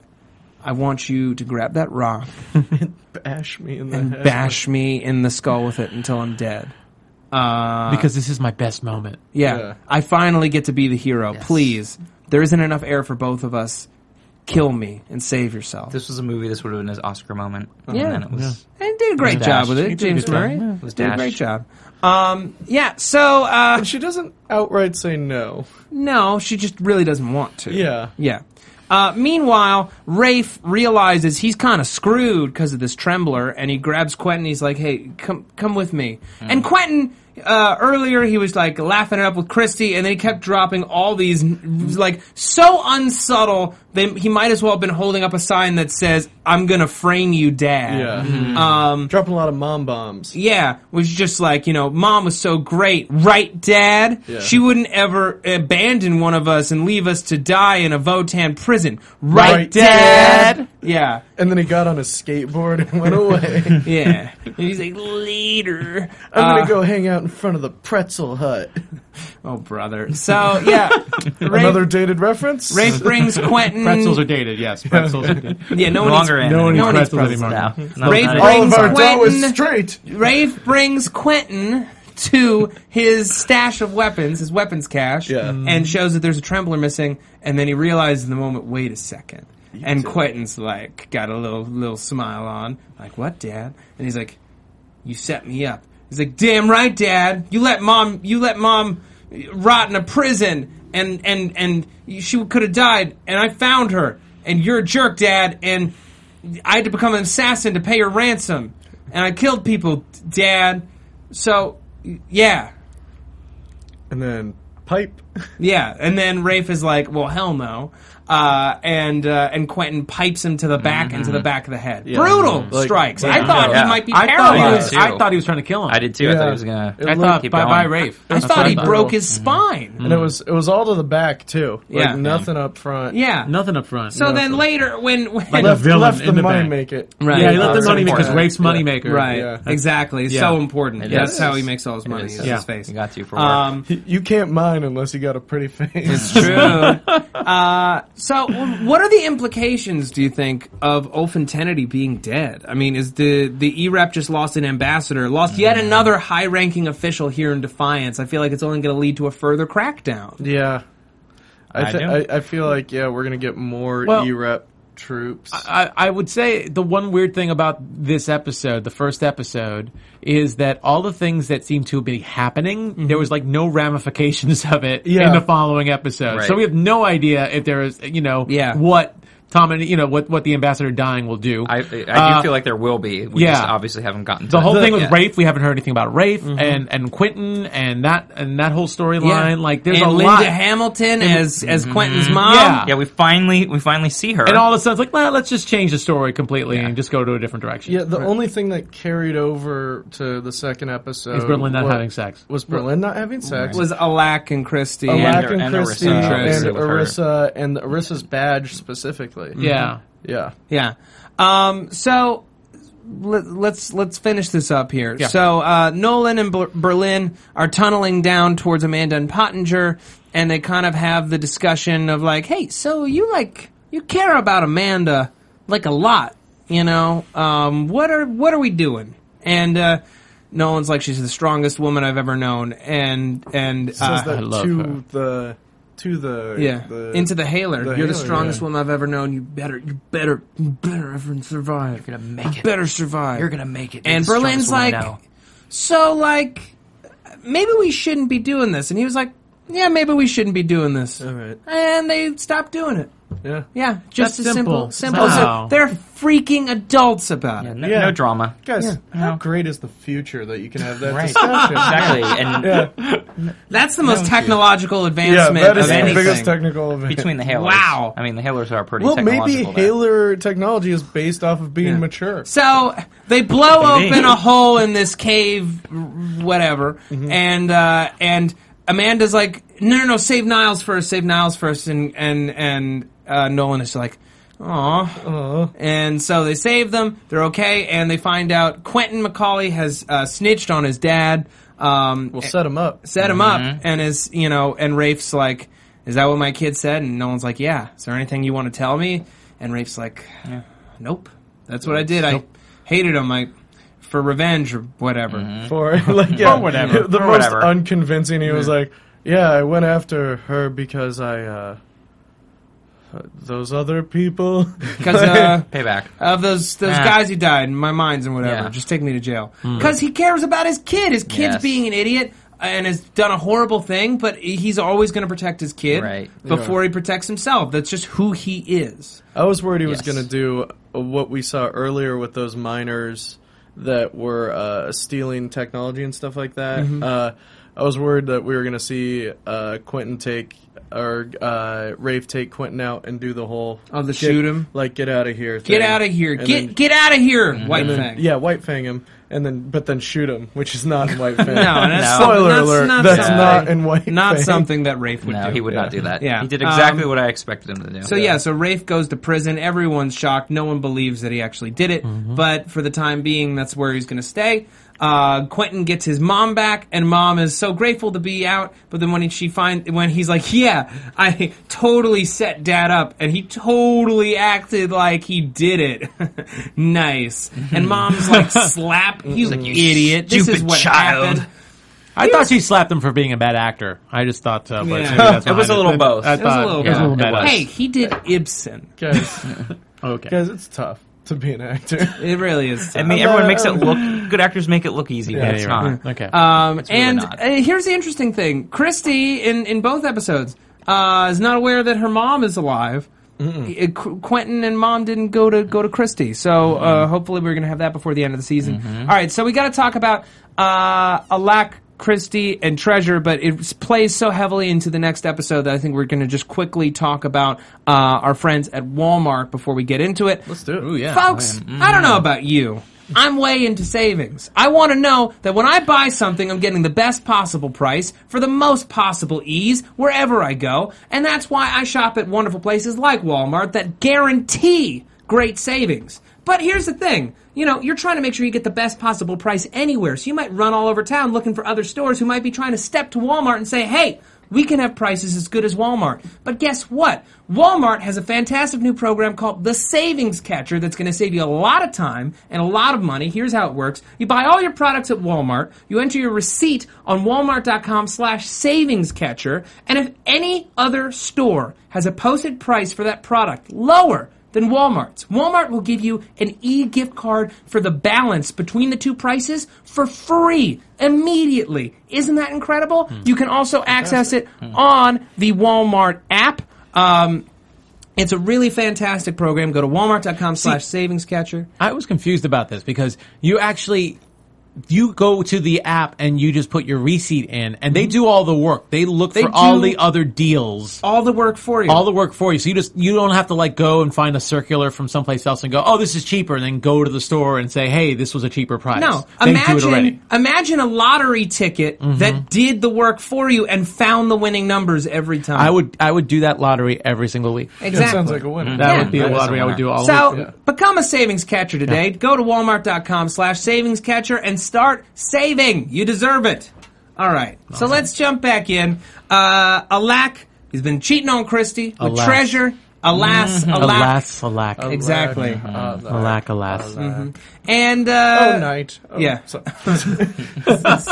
Speaker 8: I want you to grab that rock
Speaker 5: Bash me in the
Speaker 8: and
Speaker 5: head.
Speaker 8: bash me in the skull with it until I'm dead. Uh,
Speaker 5: Mm-hmm.
Speaker 7: Because this is my best moment.
Speaker 8: yeah,
Speaker 5: Yeah.
Speaker 8: I finally get to be the hero. Please, there isn't enough air for both of us. Kill me and save yourself.
Speaker 4: This was a movie. This would have been his Oscar moment.
Speaker 8: Yeah.
Speaker 4: and then it was
Speaker 8: and did a great
Speaker 4: was
Speaker 8: job
Speaker 4: dashed.
Speaker 8: with
Speaker 4: He
Speaker 8: it,
Speaker 7: did a
Speaker 8: James
Speaker 7: good job.
Speaker 8: Murray.
Speaker 7: Yeah.
Speaker 4: was
Speaker 8: Did a
Speaker 4: dashed.
Speaker 8: great job. Um, yeah. So uh,
Speaker 5: She doesn't outright say no.
Speaker 8: No, she just really doesn't want to.
Speaker 5: Yeah.
Speaker 8: Yeah. Uh, meanwhile, Rafe realizes he's kind of screwed because of this trembler, and he grabs Quentin. He's like, "Hey, come, come with me." And Quentin, uh, earlier he was like laughing it up with Christy, and then he kept dropping all these like so unsubtle. They, he might as well have been holding up a sign that says, "I'm gonna frame you, Dad." Um,
Speaker 5: Yeah. Mm-hmm. Dropping a lot of mom bombs.
Speaker 8: Yeah, was just like, you know, mom was so great, right, dad?
Speaker 5: Yeah.
Speaker 8: She wouldn't ever abandon one of us and leave us to die in a Votan prison, right,
Speaker 5: Right,
Speaker 8: dad?
Speaker 5: Dad?
Speaker 8: Yeah,
Speaker 5: And then he got on a skateboard and went away.
Speaker 8: yeah. and he's like, later.
Speaker 5: I'm gonna go hang out in front of the pretzel hut.
Speaker 8: Oh, brother. So, yeah.
Speaker 5: Another
Speaker 8: Rafe,
Speaker 5: dated reference.
Speaker 8: Rafe brings Quentin.
Speaker 7: Pretzels are dated. Yes, pretzels are dated.
Speaker 8: yeah, no
Speaker 4: no
Speaker 8: one eats-
Speaker 4: longer in.
Speaker 7: No one eats
Speaker 8: No one eats
Speaker 7: pretzels
Speaker 8: pretzels
Speaker 7: anymore.
Speaker 4: No, no,
Speaker 8: Brave
Speaker 4: not
Speaker 5: All
Speaker 4: anymore.
Speaker 5: of
Speaker 8: brings
Speaker 5: our dough is
Speaker 8: Quentin-
Speaker 5: straight.
Speaker 8: Rafe brings Quentin to his stash of weapons, his weapons cache,
Speaker 5: Yeah.
Speaker 8: and shows that there's a trembler missing. And then he realizes in the moment, wait a second. and Quentin's like, got a little little smile on, like, what, Dad? And he's like, you set me up. He's like, damn right, Dad. You let mom, you let mom rot in a prison, and and and she could have died. And I found her. And you're a jerk, Dad. And I had to become an assassin to pay your ransom, and I killed people, Dad. So, yeah,
Speaker 5: and then pipe.
Speaker 8: yeah. And then Rafe is like, "Well, hell no," uh, and uh, and Quentin pipes him to the back and to the back of the head. Brutal
Speaker 5: Like,
Speaker 8: strikes.
Speaker 5: like,
Speaker 8: I thought
Speaker 6: yeah.
Speaker 8: he might be
Speaker 7: I thought, he
Speaker 8: paralyzed.
Speaker 7: was, I thought he was trying to kill him.
Speaker 6: I did too. I thought
Speaker 5: Yeah.
Speaker 6: he was gonna.
Speaker 5: It
Speaker 7: I thought,
Speaker 6: keep
Speaker 7: bye
Speaker 6: going.
Speaker 7: bye, Rafe.
Speaker 8: I
Speaker 7: That's
Speaker 8: thought
Speaker 7: what
Speaker 8: he
Speaker 7: thought.
Speaker 8: broke his spine.
Speaker 5: And it was it was all to the back too. Like,
Speaker 8: Yeah.
Speaker 5: nothing up front.
Speaker 8: Yeah.
Speaker 7: Nothing up front.
Speaker 8: So then later, when, when
Speaker 7: Like
Speaker 5: left,
Speaker 7: The villain
Speaker 5: left the
Speaker 7: in the
Speaker 5: money
Speaker 7: back.
Speaker 5: make it.
Speaker 8: Right.
Speaker 7: yeah, he left
Speaker 8: Uh,
Speaker 7: the
Speaker 8: so
Speaker 7: money because
Speaker 5: important.
Speaker 7: Rafe's
Speaker 5: Yeah.
Speaker 7: money maker.
Speaker 8: Right.
Speaker 5: Yeah.
Speaker 8: Exactly. It's
Speaker 7: Yeah.
Speaker 8: So important.
Speaker 6: It
Speaker 8: That's
Speaker 6: is.
Speaker 8: how he makes all his money.
Speaker 6: is.
Speaker 8: Is.
Speaker 7: Yeah.
Speaker 8: his face.
Speaker 6: He got you for work.
Speaker 8: Um,
Speaker 5: You can't mine unless you got a pretty face.
Speaker 8: true. uh, so, what are the implications? Do you think of Olfentenity being dead? I mean, is the the EREP just lost an ambassador, lost yet
Speaker 7: Mm.
Speaker 8: another high ranking official here in Defiance? I feel like it's only going to lead to a further crackdown.
Speaker 5: yeah. I,
Speaker 4: I
Speaker 5: thi-
Speaker 4: do.
Speaker 5: I I feel like yeah we're gonna get more
Speaker 7: Well,
Speaker 5: E rep troops.
Speaker 7: I, I would say the one weird thing about this episode, the first episode, is that all the things that seem to be happening, there was like no ramifications of it
Speaker 5: Yeah.
Speaker 7: in the following episode.
Speaker 6: Right.
Speaker 7: So we have no idea if there is, you know,
Speaker 8: Yeah.
Speaker 7: what Tom and you know what what the ambassador dying will do.
Speaker 6: I, I do
Speaker 7: Uh,
Speaker 6: feel like there will be. We
Speaker 7: yeah.
Speaker 6: just obviously haven't gotten to
Speaker 7: the whole
Speaker 6: it
Speaker 7: thing with
Speaker 6: yet.
Speaker 7: Rafe, we haven't heard anything about Rafe and and Quentin and that and that whole storyline. Like there's
Speaker 8: and
Speaker 7: a
Speaker 8: Linda
Speaker 7: lot. Mm-hmm.
Speaker 8: Hamilton as as Quentin's mom.
Speaker 7: Yeah.
Speaker 4: Yeah, we finally we finally see her.
Speaker 7: and all of a sudden, it's like, well, let's just change the story completely and just go to a different direction.
Speaker 5: yeah, the only thing that carried over to the second episode
Speaker 7: Is Berlin not
Speaker 5: wa-
Speaker 7: having sex?
Speaker 5: Was Berlin not having sex?
Speaker 8: Was Alak and Christy.
Speaker 5: Alack
Speaker 6: And-
Speaker 5: and,
Speaker 6: and
Speaker 5: Christy
Speaker 6: Arissa.
Speaker 5: and
Speaker 6: Interested with her.
Speaker 5: Arissa and Arissa's badge specifically?
Speaker 7: yeah.
Speaker 5: yeah.
Speaker 8: Yeah. Um, so let, let's let's finish this up here. So uh, Nolan and Ber- Berlin are tunneling down towards Amanda and Pottinger, and they kind of have the discussion of like, "Hey, so you like you care about Amanda like a lot, you know? Um, what are what are we doing?" And uh, Nolan's like, "She's the strongest woman I've ever known," and and uh,
Speaker 5: Says that
Speaker 7: love
Speaker 5: to
Speaker 7: her.
Speaker 5: the to the
Speaker 8: yeah, into the Haler. You're the
Speaker 5: Haler,
Speaker 8: strongest
Speaker 5: yeah.
Speaker 8: woman I've ever known. You better, you better, you better even survive. You're gonna make it. Better survive. You're gonna make it. And Berlin's like, so like, maybe we shouldn't be doing this. And he was like, yeah, maybe we shouldn't be doing this. All
Speaker 5: right.
Speaker 8: And they stopped doing it.
Speaker 5: Yeah.
Speaker 8: Yeah, just
Speaker 7: That's
Speaker 8: as
Speaker 7: simple.
Speaker 8: simple, simple. as
Speaker 7: Wow.
Speaker 8: it. they're freaking adults about it.
Speaker 6: No,
Speaker 5: Yeah.
Speaker 6: no drama.
Speaker 5: Guys, how
Speaker 6: No.
Speaker 5: great is the future that you can have that
Speaker 6: Right.
Speaker 5: discussion?
Speaker 6: Exactly. And
Speaker 8: That's the most technological
Speaker 5: Yeah,
Speaker 8: advancement
Speaker 5: that is
Speaker 8: of
Speaker 5: the
Speaker 8: anything.
Speaker 5: biggest technical event.
Speaker 6: between the Hailers.
Speaker 8: Wow.
Speaker 6: I mean, the Hailers are pretty
Speaker 5: well, maybe
Speaker 6: technological. there.
Speaker 5: Haler technology is based off of being mature.
Speaker 8: So they blow
Speaker 4: Maybe.
Speaker 8: open a hole in this cave, whatever, and uh, and Amanda's like, no, no, no, save Niles first, save Niles first, and and and uh, Nolan is like, aw, and so they save them. They're okay, and they find out Quentin McCauley has uh, snitched on his dad. Um,
Speaker 5: We'll set him up.
Speaker 8: set him
Speaker 6: Mm-hmm.
Speaker 8: up and is you know and rafe's like is that what my kid said and no one's like yeah is there anything you want to tell me and rafe's like nope that's what i did i hated him i for revenge or whatever
Speaker 6: Mm-hmm.
Speaker 5: for like yeah,
Speaker 6: whatever.
Speaker 5: The
Speaker 6: Or
Speaker 5: most
Speaker 6: whatever.
Speaker 5: unconvincing. He was like, "Yeah, I went after her because I uh, uh, those other people."
Speaker 8: because uh,
Speaker 6: Payback.
Speaker 8: of those those
Speaker 6: Nah.
Speaker 8: guys who died in my minds and whatever
Speaker 6: Yeah. Mm.
Speaker 8: just take me to jail because he cares about his kid his kid's
Speaker 6: Yes.
Speaker 8: being an idiot and has done a horrible thing but he's always going to protect his kid
Speaker 6: Right.
Speaker 8: before he protects himself that's just who he is
Speaker 5: I was worried he was
Speaker 6: Yes.
Speaker 5: going to do what we saw earlier with those miners that were uh, stealing technology and stuff like that. Uh, I was worried that we were going to see uh, Quentin take or uh, Rafe take Quentin out and do the whole
Speaker 8: Of the
Speaker 5: get-
Speaker 8: shoot 'em?
Speaker 5: like get out of here,
Speaker 8: get out of here
Speaker 5: And
Speaker 8: get
Speaker 5: then-
Speaker 8: get out of here
Speaker 6: Mm-hmm.
Speaker 8: white
Speaker 5: And
Speaker 8: thing
Speaker 5: then- Yeah, White Fang him, and then but then shoot him, which is not in White Fang.
Speaker 8: No, that's
Speaker 6: No.
Speaker 5: spoiler
Speaker 8: that's
Speaker 5: alert.
Speaker 8: not
Speaker 5: that's
Speaker 8: something-
Speaker 5: not in White.
Speaker 8: not
Speaker 5: Fang.
Speaker 8: something that Rafe would
Speaker 6: No,
Speaker 8: do.
Speaker 6: he would not do that.
Speaker 8: Yeah.
Speaker 6: He did exactly
Speaker 8: Um,
Speaker 6: what I expected him to do.
Speaker 8: So yeah, so Rafe goes to prison. Everyone's shocked. No one believes that he actually did it.
Speaker 6: Mm-hmm.
Speaker 8: But for the time being, that's where he's going to stay. Uh, Quentin gets his mom back, and mom is so grateful to be out. But then when she find when he's like, "Yeah, I totally set dad up, and he totally acted like he did it." nice. And mom's like, "Slap you,
Speaker 6: Mm-hmm. like, "You
Speaker 8: idiot! This is
Speaker 6: stupid
Speaker 8: what
Speaker 6: child."
Speaker 8: happened."
Speaker 7: I thought she slapped him for being a bad actor. I just thought, uh, but
Speaker 8: Yeah.
Speaker 7: maybe that's
Speaker 6: It was
Speaker 7: behind
Speaker 6: a little
Speaker 7: But
Speaker 6: both. It
Speaker 7: I
Speaker 8: It was a
Speaker 7: thought-
Speaker 8: little,
Speaker 7: it was a little
Speaker 6: Yeah, it
Speaker 7: bad.
Speaker 6: was.
Speaker 8: Hey, he did Ibsen.
Speaker 5: guys.
Speaker 7: okay.
Speaker 5: Guys, it's tough to be an actor.
Speaker 8: It really is.
Speaker 4: I mean, everyone makes it look good. Actors make it look easy,
Speaker 7: Yeah,
Speaker 4: but it's
Speaker 7: you're
Speaker 4: not.
Speaker 7: right. Okay.
Speaker 8: Um,
Speaker 6: really
Speaker 8: and
Speaker 6: not.
Speaker 8: uh, here's the interesting thing: Christy, in in both episodes, uh, is not aware that her mom is alive, It- Qu- Quentin and Mom didn't go to go to Christie, so
Speaker 6: Mm-hmm.
Speaker 8: uh, hopefully we're going to have that before the end of the season. All right, so we got to talk about uh, Alac Christie and Treasure, but it s- plays so heavily into the next episode that I think we're going to just quickly talk about uh, our friends at Walmart before we get into it.
Speaker 5: Let's do it.
Speaker 8: Folks, I don't know about you. I'm way into savings. I want to know that when I buy something, I'm getting the best possible price for the most possible ease wherever I go. And that's why I shop at wonderful places like Walmart that guarantee great savings. But here's the thing. You know, you're trying to make sure you get the best possible price anywhere. So you might run all over town looking for other stores who might be trying to step to Walmart and say, hey, we can have prices as good as Walmart. But guess what? Walmart has a fantastic new program called the Savings Catcher that's going to save you a lot of time and a lot of money. Here's how it works. You buy all your products at Walmart, you enter your receipt on walmart.com slash savings catcher, and if any other store has a posted price for that product lower than Walmart's. Walmart will give you an e-gift card for the balance between the two prices for free immediately. Isn't that incredible?
Speaker 7: Hmm.
Speaker 8: You can also access it on the Walmart app. Um, it's a really fantastic program. Go to walmart.com slash savings catcher.
Speaker 7: I was confused about this because you actually you go to the app and you just put your receipt in, and they do all the work. They look for all
Speaker 8: do-
Speaker 7: the other deals.
Speaker 8: All the work for you.
Speaker 7: all the work for you. So you just you don't have to like go and find a circular from someplace else and go, oh, this is cheaper, and then go to the store and say, hey, this was a cheaper price.
Speaker 8: No,
Speaker 7: they do it
Speaker 8: imagine
Speaker 7: already. Mm-hmm.
Speaker 8: imagine a lottery ticket that did the work for you and found the winning numbers every time.
Speaker 7: I would I would do that lottery every single week.
Speaker 8: exactly.
Speaker 5: Sounds like a
Speaker 6: Mm-hmm.
Speaker 5: winner.
Speaker 7: That
Speaker 8: Yeah.
Speaker 7: would be a
Speaker 6: That is
Speaker 7: lottery I would do all
Speaker 8: So
Speaker 7: week. Yeah.
Speaker 8: become a savings catcher today. Go to walmart.com slash savings catcher and start saving. You deserve it. All right. So let's jump back in. Uh, Alack, he's been cheating on Christie with
Speaker 7: Alas.
Speaker 8: treasure. Alas, alas.
Speaker 7: Alas, alack,
Speaker 8: Exactly.
Speaker 7: alack, alas.
Speaker 9: Mm-hmm.
Speaker 8: And, uh,
Speaker 5: Oh, night. Oh,
Speaker 8: yeah.
Speaker 5: so-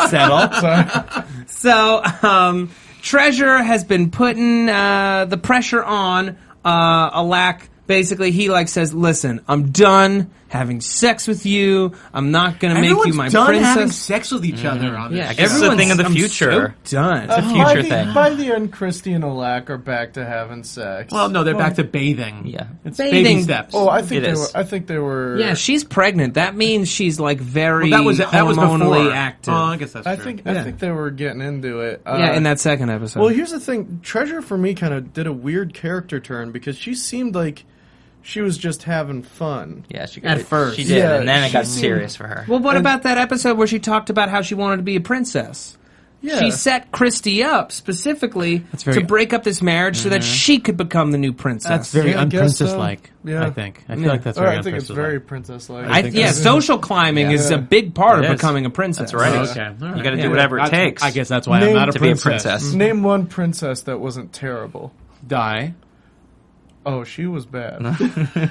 Speaker 7: Settle.
Speaker 8: So, um, Treasure has been putting uh, the pressure on uh, Alack. Basically, he like says, "Listen, I'm done having sex with you. I'm not gonna make you my princess."
Speaker 9: sex with each other on
Speaker 6: Yeah, I guess it's a thing of the
Speaker 8: I'm
Speaker 6: future.
Speaker 8: so done. Oh,
Speaker 6: It's a
Speaker 5: by
Speaker 6: future
Speaker 5: the,
Speaker 6: thing.
Speaker 5: By the end, Christy Uh, and Alack are back to having sex.
Speaker 9: Well, no, they're back to bathing.
Speaker 6: Yeah.
Speaker 9: it's
Speaker 8: Bathing.
Speaker 9: bathing, steps.
Speaker 5: oh, I think
Speaker 6: It
Speaker 5: they
Speaker 6: is.
Speaker 5: were. I think they were.
Speaker 8: yeah, she's pregnant. That means she's like very
Speaker 9: Well, that was that was
Speaker 8: hormonally
Speaker 9: before.
Speaker 8: active.
Speaker 9: Oh, I guess that's
Speaker 5: I
Speaker 9: true.
Speaker 5: think.
Speaker 8: Yeah.
Speaker 5: I think they were getting into it. Uh,
Speaker 8: yeah, in that second episode.
Speaker 5: Well, here's the thing. Treasure for me kind of did a weird character turn because she seemed like she was just having fun.
Speaker 6: Yeah, she
Speaker 8: At
Speaker 6: it-
Speaker 8: first.
Speaker 6: She did,
Speaker 5: Yeah,
Speaker 6: and then it
Speaker 5: she
Speaker 6: got
Speaker 5: seemed-
Speaker 6: serious for her.
Speaker 8: Well, what about that episode where she talked about how she wanted to be a princess?
Speaker 5: Yeah.
Speaker 8: She set Christy up specifically
Speaker 7: very- Mm-hmm.
Speaker 8: to break up this marriage so that she could become the new princess.
Speaker 7: That's very
Speaker 5: Yeah, I guess so.
Speaker 7: unprincess like.
Speaker 5: Yeah.
Speaker 7: I think. I feel like that's
Speaker 5: Or
Speaker 7: very
Speaker 5: I think it's very princess like.
Speaker 8: I, yeah, social climbing is a big part
Speaker 7: Mm-hmm.
Speaker 8: of
Speaker 7: It is.
Speaker 8: becoming a princess.
Speaker 6: That's right.
Speaker 7: Okay. All
Speaker 6: You got to
Speaker 7: right.
Speaker 6: do whatever it
Speaker 7: That's-
Speaker 6: takes.
Speaker 7: I guess that's why
Speaker 5: Name-
Speaker 7: I'm not a
Speaker 6: to
Speaker 7: princess.
Speaker 6: be a princess.
Speaker 5: Name one princess that wasn't terrible.
Speaker 7: Die.
Speaker 5: Oh, she was bad.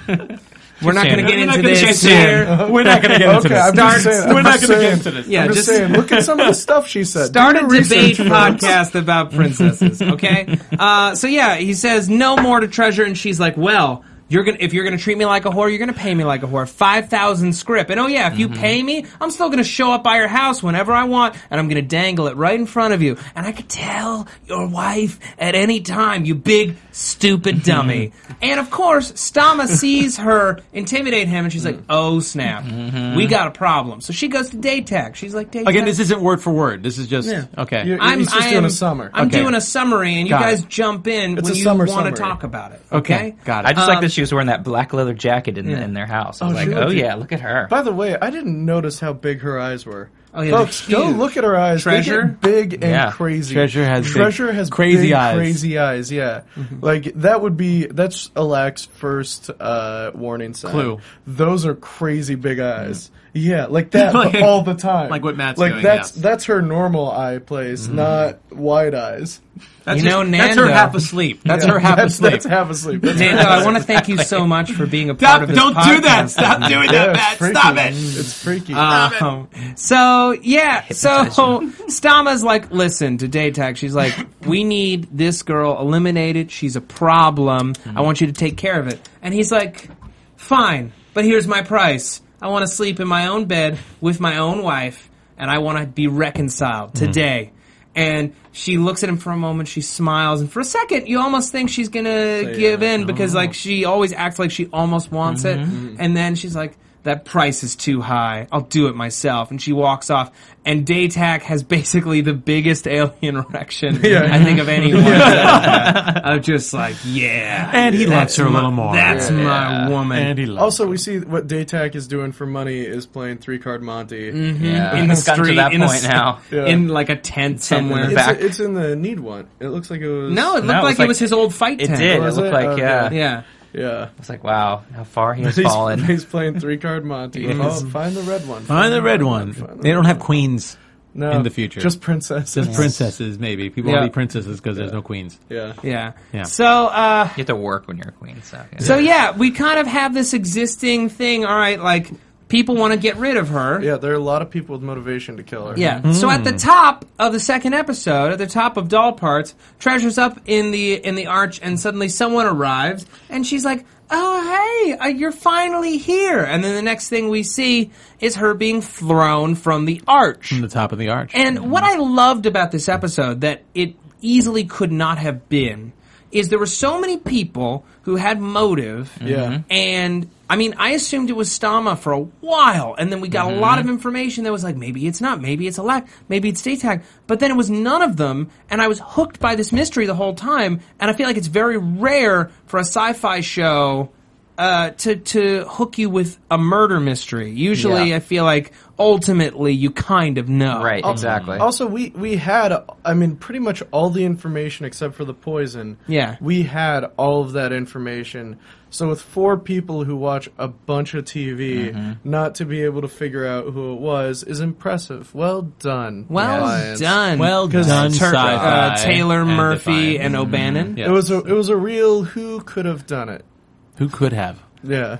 Speaker 8: We're not going to
Speaker 7: Shannon. We're
Speaker 8: get
Speaker 7: not
Speaker 8: into
Speaker 7: gonna say
Speaker 8: this
Speaker 7: Shannon.
Speaker 8: here.
Speaker 7: We're not going to get into
Speaker 5: okay, I'm
Speaker 7: this.
Speaker 5: just saying. I'm
Speaker 7: We're not
Speaker 5: just
Speaker 7: going to get
Speaker 5: saying.
Speaker 7: into this.
Speaker 8: Yeah,
Speaker 5: I'm just,
Speaker 8: just
Speaker 5: saying. Look at some of the stuff she said.
Speaker 8: start a
Speaker 5: Do your
Speaker 8: debate
Speaker 5: research, folks.
Speaker 8: podcast about princesses. Okay, uh, so yeah, he says no more to treasure, and she's like, "Well, you're gonna if you're gonna treat me like a whore, you're gonna pay me like a whore. Five thousand script, and oh yeah, if you
Speaker 5: Mm-hmm.
Speaker 8: pay me, I'm still gonna show up by your house whenever I want, and I'm gonna dangle it right in front of you, and I could tell your wife at any time, you big stupid
Speaker 5: Mm-hmm.
Speaker 8: dummy." and of course, Stama sees her intimidate him, and she's like,
Speaker 5: Mm-hmm.
Speaker 8: "Oh snap, we got a problem." So she goes to Daytech. She's like, Daytech.
Speaker 7: Again, this isn't word for word. This is just
Speaker 5: Yeah.
Speaker 7: okay.
Speaker 5: You're-
Speaker 8: I'm,
Speaker 5: He's just
Speaker 8: I
Speaker 5: doing
Speaker 8: am-
Speaker 5: a summer.
Speaker 8: I'm
Speaker 7: Okay.
Speaker 8: doing a summary, and you
Speaker 7: Got
Speaker 8: guys
Speaker 7: it.
Speaker 8: jump in
Speaker 5: It's
Speaker 8: when
Speaker 5: a
Speaker 8: you
Speaker 5: summer
Speaker 8: want to
Speaker 5: summary.
Speaker 8: talk about it.
Speaker 7: Okay.
Speaker 8: Okay,
Speaker 7: Got it.
Speaker 6: I just like that she was wearing that black leather jacket in, in their house. I was
Speaker 5: Oh,
Speaker 6: like,
Speaker 5: she
Speaker 6: oh
Speaker 5: looked-
Speaker 6: yeah, look at her.
Speaker 5: By the way, I didn't notice how big her eyes were.
Speaker 8: Oh, yeah,
Speaker 5: Folks,
Speaker 8: they're
Speaker 5: go
Speaker 8: huge.
Speaker 5: look at her eyes. They
Speaker 8: Treasure?
Speaker 5: get big and
Speaker 6: Yeah.
Speaker 5: crazy.
Speaker 7: Treasure has big-
Speaker 5: treasure has
Speaker 7: crazy
Speaker 5: big,
Speaker 7: eyes.
Speaker 5: Crazy eyes. Yeah,
Speaker 9: Mm-hmm.
Speaker 5: like that would be that's Alac's first uh, warning sign.
Speaker 7: Clue.
Speaker 5: Those are crazy big eyes. Yeah, like that but
Speaker 9: Mm-hmm. Like-
Speaker 5: all the time.
Speaker 9: like what Matt's
Speaker 5: like
Speaker 9: doing,
Speaker 5: that's
Speaker 9: yes.
Speaker 5: that's her normal eye place,
Speaker 7: Mm-hmm.
Speaker 5: not wide eyes.
Speaker 9: That's
Speaker 8: You know,
Speaker 9: just- that's her
Speaker 8: Nando-
Speaker 9: half asleep.
Speaker 7: That's
Speaker 5: Yeah,
Speaker 7: her half
Speaker 5: that's,
Speaker 7: asleep.
Speaker 5: That's half asleep. That's
Speaker 8: Nando,
Speaker 5: her half
Speaker 8: I want to thank you so much for being a part
Speaker 9: Stop!
Speaker 8: of this.
Speaker 9: Don't do that!
Speaker 8: podcast.
Speaker 9: Stop doing that, Matt!
Speaker 5: freaky.
Speaker 9: Stop it!
Speaker 5: It's freaky.
Speaker 8: Um, so yeah, so Stama's like, listen to Daytech. She's like, we need this girl eliminated. She's a problem. I want you to take care of it. And he's like, fine, but here's my price. I want to sleep in my own bed with my own wife, and I want to be reconciled today. and she looks at him for a moment. She smiles, and for a second, you almost think she's gonna give in because like she always acts like she almost wants it, and then she's like. That price is too high. I'll do it myself. And she walks off. And Daytac has basically the biggest alien erection I think of anyone. I'm just like, yeah.
Speaker 7: And he loves
Speaker 8: that's
Speaker 7: her a
Speaker 8: my-
Speaker 7: little more.
Speaker 8: That's my woman.
Speaker 7: And he loves
Speaker 5: Also, we see what Daytac is doing for money is playing three card Monty.
Speaker 7: Mm-hmm.
Speaker 6: Yeah.
Speaker 8: in the
Speaker 6: Uh, It's gotten
Speaker 8: street
Speaker 6: to that
Speaker 8: in a
Speaker 6: point
Speaker 8: s-
Speaker 6: now.
Speaker 8: in like a tent somewhere.
Speaker 5: It's,
Speaker 6: back.
Speaker 5: it's in the need one. It looks like it was.
Speaker 8: no, it looked
Speaker 6: No, it
Speaker 8: like
Speaker 6: was
Speaker 8: it
Speaker 6: like-
Speaker 8: was his old fight
Speaker 6: It
Speaker 8: tent.
Speaker 6: did. It
Speaker 5: Was
Speaker 6: looked
Speaker 5: it?
Speaker 6: like
Speaker 7: Oh,
Speaker 5: Okay.
Speaker 6: yeah.
Speaker 8: Yeah.
Speaker 5: Yeah.
Speaker 6: It's like wow, how far he has
Speaker 5: He's,
Speaker 6: fallen.
Speaker 5: he's playing three card Monty. Oh, find the red one.
Speaker 7: Find the red one. They don't have queens.
Speaker 5: No,
Speaker 7: in the future.
Speaker 5: Just princesses.
Speaker 7: Just princesses, maybe. People
Speaker 8: Yeah.
Speaker 7: want to be princesses because there's no queens.
Speaker 5: Yeah.
Speaker 8: Yeah.
Speaker 7: Yeah.
Speaker 8: So uh
Speaker 6: You have to work when you're a queen. So, yeah.
Speaker 8: so yeah, we kind of have this existing thing, all right, like people want to get rid of her.
Speaker 5: Yeah, there are a lot of people with motivation to kill her.
Speaker 8: Yeah. So
Speaker 6: Hmm.
Speaker 8: at the top of the second episode, at the top of Doll Parts, treasures up in the in the arch, and suddenly someone arrives, and she's like, "Oh hey, uh, you're finally here!" And then the next thing we see is her being thrown from the arch.
Speaker 7: From the top of the arch.
Speaker 8: And what I loved about this episode that it easily could not have been is there were so many people who had motive.
Speaker 7: Mm-hmm.
Speaker 5: Yeah.
Speaker 8: And I mean, I assumed it was Stama for a while, and then we got a lot
Speaker 6: Mm-hmm.
Speaker 8: of information that was like, maybe it's not, maybe it's a lack, maybe it's Daytag, but then it was none of them, and I was hooked by this mystery the whole time, and I feel like it's very rare for a sci-fi show uh, to to hook you with a murder mystery. Usually,
Speaker 6: Yeah.
Speaker 8: I feel like ultimately you kind of know,
Speaker 6: right, exactly.
Speaker 5: Also, we we had I mean pretty much all the information except for the poison.
Speaker 8: Yeah.
Speaker 5: We had all of that information. So with four people who watch a bunch of TV, not to be able to figure out who it was is impressive. Well done.
Speaker 8: Well
Speaker 5: Defiance.
Speaker 8: done.
Speaker 7: Well done,
Speaker 8: uh,
Speaker 7: sci-fi
Speaker 8: Taylor,
Speaker 7: and
Speaker 8: Murphy,
Speaker 7: Defiant.
Speaker 8: and O'Bannon.
Speaker 7: Yeah.
Speaker 5: It was a it was a real who could have done it.
Speaker 7: Who could have?
Speaker 5: Yeah.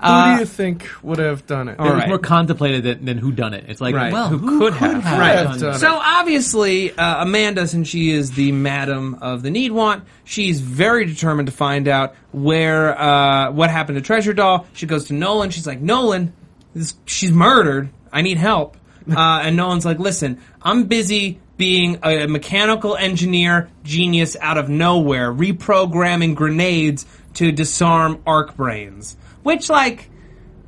Speaker 5: Who do you think would have done it?
Speaker 8: All
Speaker 7: It was
Speaker 8: right.
Speaker 7: more contemplated than, than who done it. It's like,
Speaker 8: Right.
Speaker 7: well,
Speaker 8: Who
Speaker 7: who, could,
Speaker 8: could have?
Speaker 7: have?
Speaker 5: Right.
Speaker 7: done
Speaker 5: Done
Speaker 7: it?
Speaker 5: it.
Speaker 8: So obviously, uh, Amanda, since she is the madam of the need want, she's very determined to find out where uh, what happened to Treasure Doll. She goes to Nolan. She's like, Nolan, this, she's murdered. I need help. Uh, and Nolan's like, listen, I'm busy being a mechanical engineer genius out of nowhere, reprogramming grenades to disarm arc brains. Which, like,